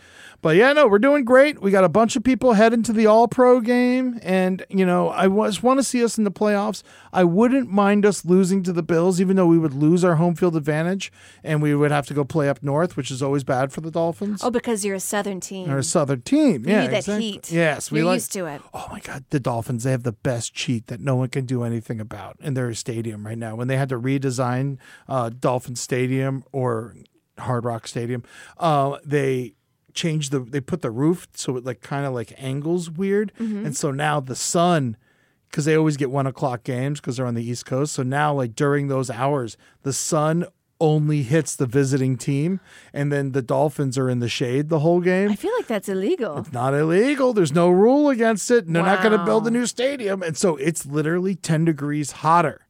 But yeah, no, we're doing great. We got a bunch of people heading to the All Pro game, and you know, I was want to see us in the playoffs. I wouldn't mind us losing to the Bills, even though we would lose our home field advantage, and we would have to go play up north, which is always bad for the Dolphins.
Oh, because you're a Southern team.
Or a Southern team,
You
yeah,
need that
exactly.
heat.
Yes, we
You're
like-
used to it.
Oh my God, the Dolphins, they have the best cheat that no one can do anything about in their stadium right now. When they had to redesign uh, Dolphin Stadium or Hard Rock Stadium, uh, they changed the, they put the roof so it like kind of like angles weird.
Mm-hmm.
And so now the sun, because they always get one o'clock games because they're on the East Coast. So now, like during those hours, the sun only hits the visiting team and then the Dolphins are in the shade the whole game
I feel like that's illegal.
not illegal. There's no rule against it. And they're not going to build a
Wow.
new stadium. And so it's literally 10 degrees hotter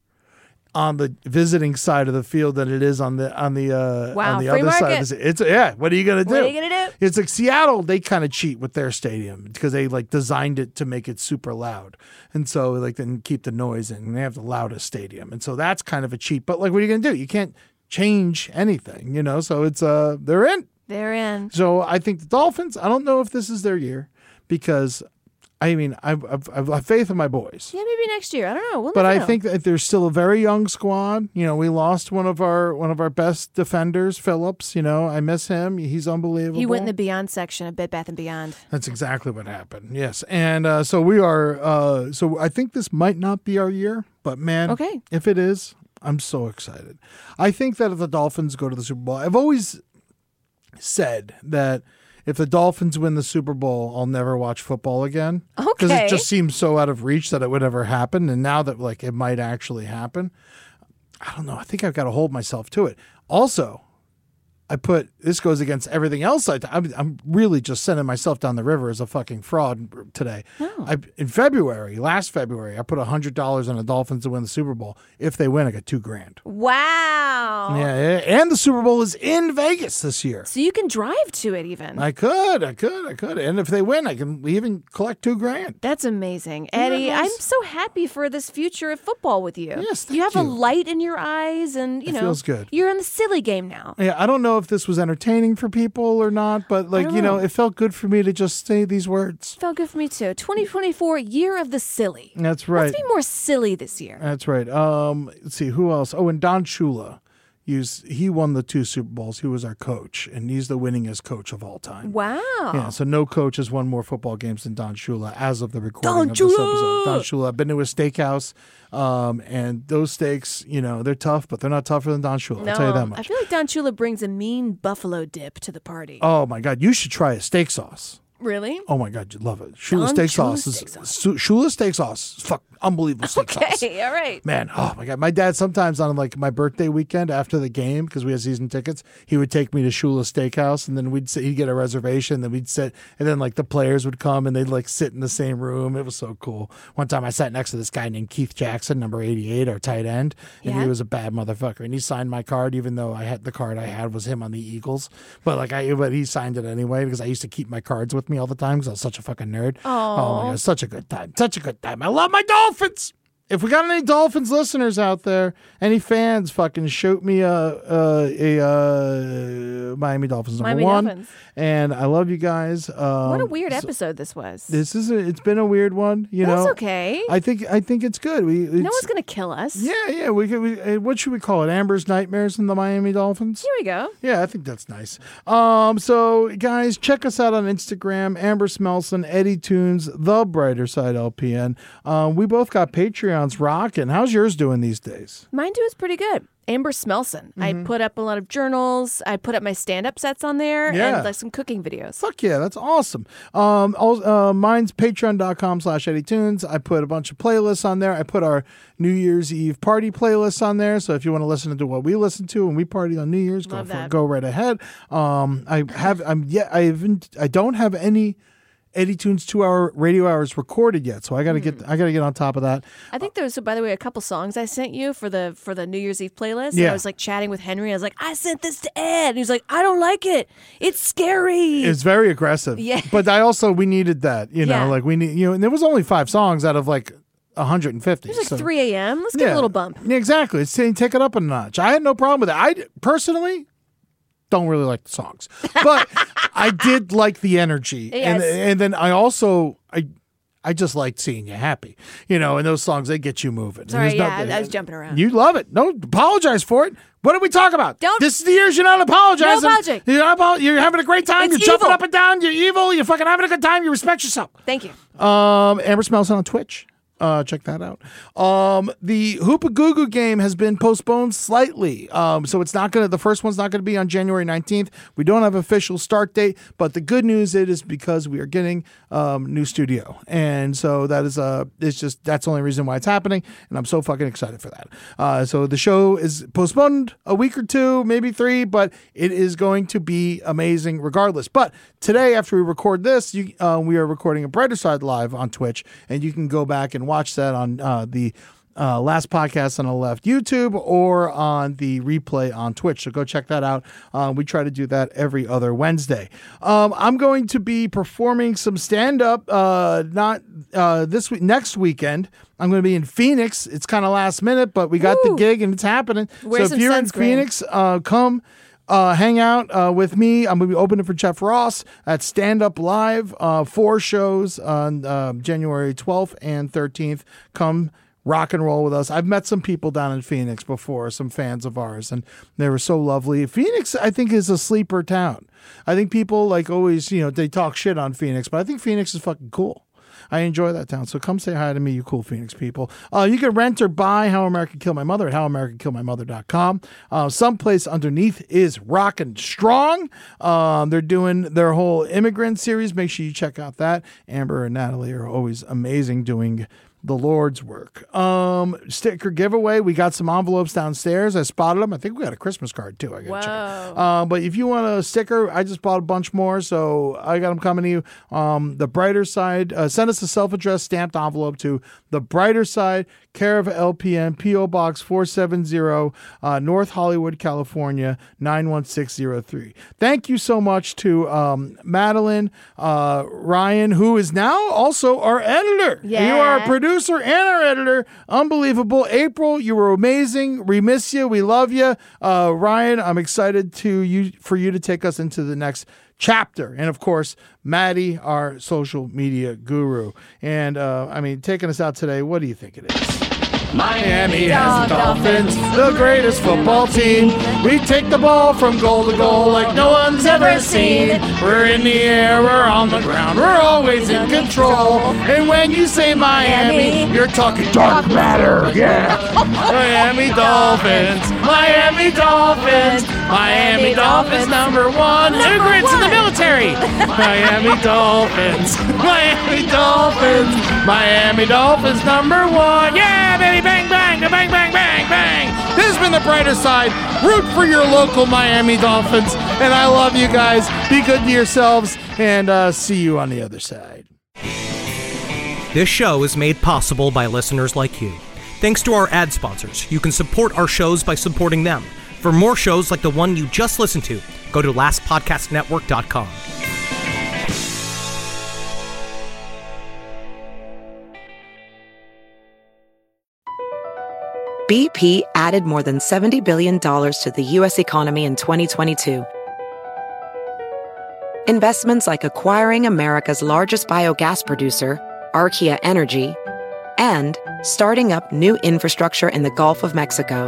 on the visiting side of the field than it is on the on the uh
Wow,
on the
free
other side of
market.
the, it's yeah what are you gonna do
What are you gonna do?
it's like seattle they kind of cheat with their stadium because they like designed it to make it super loud and so like then keep the noise in and they have the loudest stadium and so that's kind of a cheat but like what are you gonna do you can't change anything you know so it's uh they're in
They're in.
so I think the Dolphins. I don't know if this is their year because, I mean, I've I've, I've I've faith in my boys.
Yeah, maybe next year. I don't know. We'll
But
never
I
know.
think that they're still a very young squad. You know, we lost one of our one of our best defenders, Phillips. You know, I miss him. He's unbelievable.
he went in the Beyond section of Bed Bath and Beyond.
That's exactly what happened. Yes, and uh, so we are. Uh, so I think this might not be our year, but man,
Okay.
if it is, I'm so excited. I think that if the Dolphins go to the Super Bowl, I've always said that if the Dolphins win the Super Bowl, I'll never watch football again because
Okay.
it just seems so out of reach that it would ever happen. And now that like it might actually happen, I don't know. I think I've got to hold myself to it. Also, I put this goes against everything else. I I'm, I'm really just sending myself down the river as a fucking fraud today. I, in February, last February, I put hundred dollars on the Dolphins to win the Super Bowl. If they win, I get two grand.
Wow.
Yeah, yeah, and the Super Bowl is in Vegas this year.
So you can drive to it even.
I could, I could, I could, and if they win, I can even collect two grand.
That's amazing. Eddie, I'm so happy for this future of football with you.
Yes,
you
thank
have a
you.
light in your eyes and you
It
know
feels good.
You're in the silly game now.
Yeah, I don't know if this was entertaining for people or not, but like
don't
you know,
know.
it felt good for me to just say these words.
Felt good for me too. 2024 year of the silly.
That's right.
Let's be more silly this year.
That's right. Um, let's see who else. Oh, and Don Shula, used he won the two Super Bowls. He was our coach, and he's the winningest coach of all time.
wow.
Yeah, so no coach has won more football games than Don Shula as of the recording
Don
of this
Shula!
episode. Don Shula. I've been to a steakhouse, um, and those steaks, you know, they're tough, but they're not tougher than Don Shula.
No,
I'll tell you that much.
I feel like Don Chula brings a mean buffalo dip to the party.
oh my God, you should try a steak sauce.
really?
Oh my God, you love it. Shula
Don
steak
Um, Shula
sauce is
steak sauce.
Su- Shula steak sauce. is Fuck, unbelievable steak sauce.
Okay, all right.
Man, oh my god, my dad sometimes on like my birthday weekend after the game because we had season tickets, he would take me to Shula Steakhouse, and then we'd sit, he'd get a reservation, then we'd sit, and then like the players would come and they'd like sit in the same room. It was so cool. One time I sat next to this guy named Keith Jackson, number eighty eight, our tight end, and
Yeah.
he was a bad motherfucker, and he signed my card even though I had the card I had was him on the Eagles, but like I but he signed it anyway because I used to keep my cards with me all the time because I was such a fucking nerd. oh my god, such a good time, such a good time. I love my Dolphins if we got any Dolphins listeners out there, any fans, fucking shoot me a a, a, uh Miami Dolphins number
Miami
one.
Dolphins.
And I love you guys. Um,
what a weird episode this was.
This is a, it's been a weird one. You
That's
know,
okay.
I think I think it's good. We it's,
no one's going to kill us.
yeah yeah we, could- we uh, what should we call it? Amber's nightmares and the Miami Dolphins.
Here we go.
Yeah, I think that's nice. Um, so guys, check us out on Instagram, Amber Smelson, Eddie Tunes, The Brighter Side Uh, LPN. Um, we both got Patreons rocking. How's yours doing these days?
Mine too is pretty good. Amber Smelson.
Mm-hmm.
I put up a lot of journals. I put up my stand up sets on there
Yeah.
and like some cooking videos.
Fuck yeah, that's awesome. Um, al- uh, mine's patreon.com slash eddytunes. I put a bunch of playlists on there. I put our New Year's Eve party playlist on there. So if you want to listen to what we listen to when we party on New Year's, go,
Love
for,
that.
it. go right ahead. Um, I have, I'm yet, I haven't, I don't have any Eddie Tunes two hour radio hours recorded yet. So I got to
Hmm.
get, I got to get on top of that.
I think there's, by the way, a couple songs I sent you for the for the New Year's Eve playlist. And
Yeah.
I was like chatting with Henry. I was like, I sent this to Ed. And he was like, I don't like it. It's scary.
It's very aggressive.
Yeah.
But I also, we needed that, you know,
Yeah.
like we need, you know, and there was only five songs out of like 150.
it was
so-
like 3 a.m. Let's give it a little bump.
Yeah, exactly. It's saying take it up a notch. I had no problem with it. I d- personally don't really like the songs, but I did like the energy, and
Yes.
and then I also I. I just liked seeing you happy, you know, and those songs, they get you moving. And
Sorry,
there's no-
yeah, I, I was jumping around.
You love it. Don't apologize for it. What are we talking about?
Don't-
This is the years you're not apologizing.
No apology.
You're, not apo- you're having a great time.
It's
you're jumping
evil.
up and down. You're evil. You're fucking having a good time. You respect yourself.
Thank you.
Um, Amber Smelson on Twitch. Uh, check that out. Um, the Hoopa Goo Goo game has been postponed slightly. Um, so it's not gonna. The first one's not gonna be on January nineteenth. We don't have official start date, but the good news it is because we are getting um new studio, and so that is uh it's just that's the only reason why it's happening, and I'm so fucking excited for that. Uh, so the show is postponed a week or two, maybe three, but it is going to be amazing regardless. But today, after we record this, you, uh, we are recording a Brighter Side Live on Twitch, and you can go back and watch that on uh, the uh, last podcast on the left YouTube or on the replay on Twitch. So go check that out. Uh, we try to do that every other Wednesday. Um, I'm going to be performing some stand up uh, not uh, this week, next weekend. I'm going to be in Phoenix. It's kind of last minute, but we got the gig and it's happening.
Wear
so if
some
you're in
sunscreen.
Phoenix, uh, come uh, hang out uh, with me. I'm going to be opening for Jeff Ross at Stand Up Live. Uh, four shows on uh, January 12th and 13th. Come rock and roll with us. I've met some people down in Phoenix before, some fans of ours, and they were so lovely. Phoenix, I think, is a sleeper town. I think people like always, you know, they talk shit on Phoenix, but I think Phoenix is fucking cool. I enjoy that town. So come say hi to me, you cool Phoenix people. Uh, you can rent or buy How America Killed My Mother at howamericakillmymother.com. Uh, someplace underneath is Rockin' Strong. Um, they're doing their whole immigrant series. Make sure you check out that. Amber and Natalie are always amazing doing the Lord's work. Um, sticker giveaway. We got some envelopes downstairs. I spotted them. I think we got a Christmas card too. I got check. it. Um, but if you want a sticker, I just bought a bunch more, so I got them coming to you. Um, the brighter side. Uh, send us a self-addressed stamped envelope to the brighter side, care of LPN, PO Box four seven zero, uh, North Hollywood, California nine one six zero three. Thank you so much to um, Madeline uh, Ryan, who is now also our editor. You are a
Yeah.
producer and our editor. Unbelievable. April, you were amazing. We miss you. We love you. Uh, Ryan, I'm excited to you for you to take us into the next chapter. And of course, Maddie, our social media guru. And uh, I mean, taking us out today, what do you think it is? Miami has the Dolphins, the greatest football team. We take the ball from goal to goal like no one's ever seen. We're in the air, we're on the ground, we're always in control. And when you say Miami, you're talking dark matter, yeah. Miami Dolphins, Miami Dolphins, Miami Dolphins number one. Immigrants in the military. Miami Dolphins, Miami Dolphins, Miami Dolphins number one. Yeah, baby, bang, bang, bang, bang, bang, bang. This has been The Brighter Side. Root for your local Miami Dolphins. And I love you guys. Be good to yourselves and uh, see you on the other side.
This show is made possible by listeners like you. Thanks to our ad sponsors, you can support our shows by supporting them. For more shows like the one you just listened to, go to lastpodcastnetwork.com.
BP added more than $70 billion to the U.S. economy in 2022. Investments like acquiring America's largest biogas producer, Archaea Energy, and starting up new infrastructure in the Gulf of Mexico.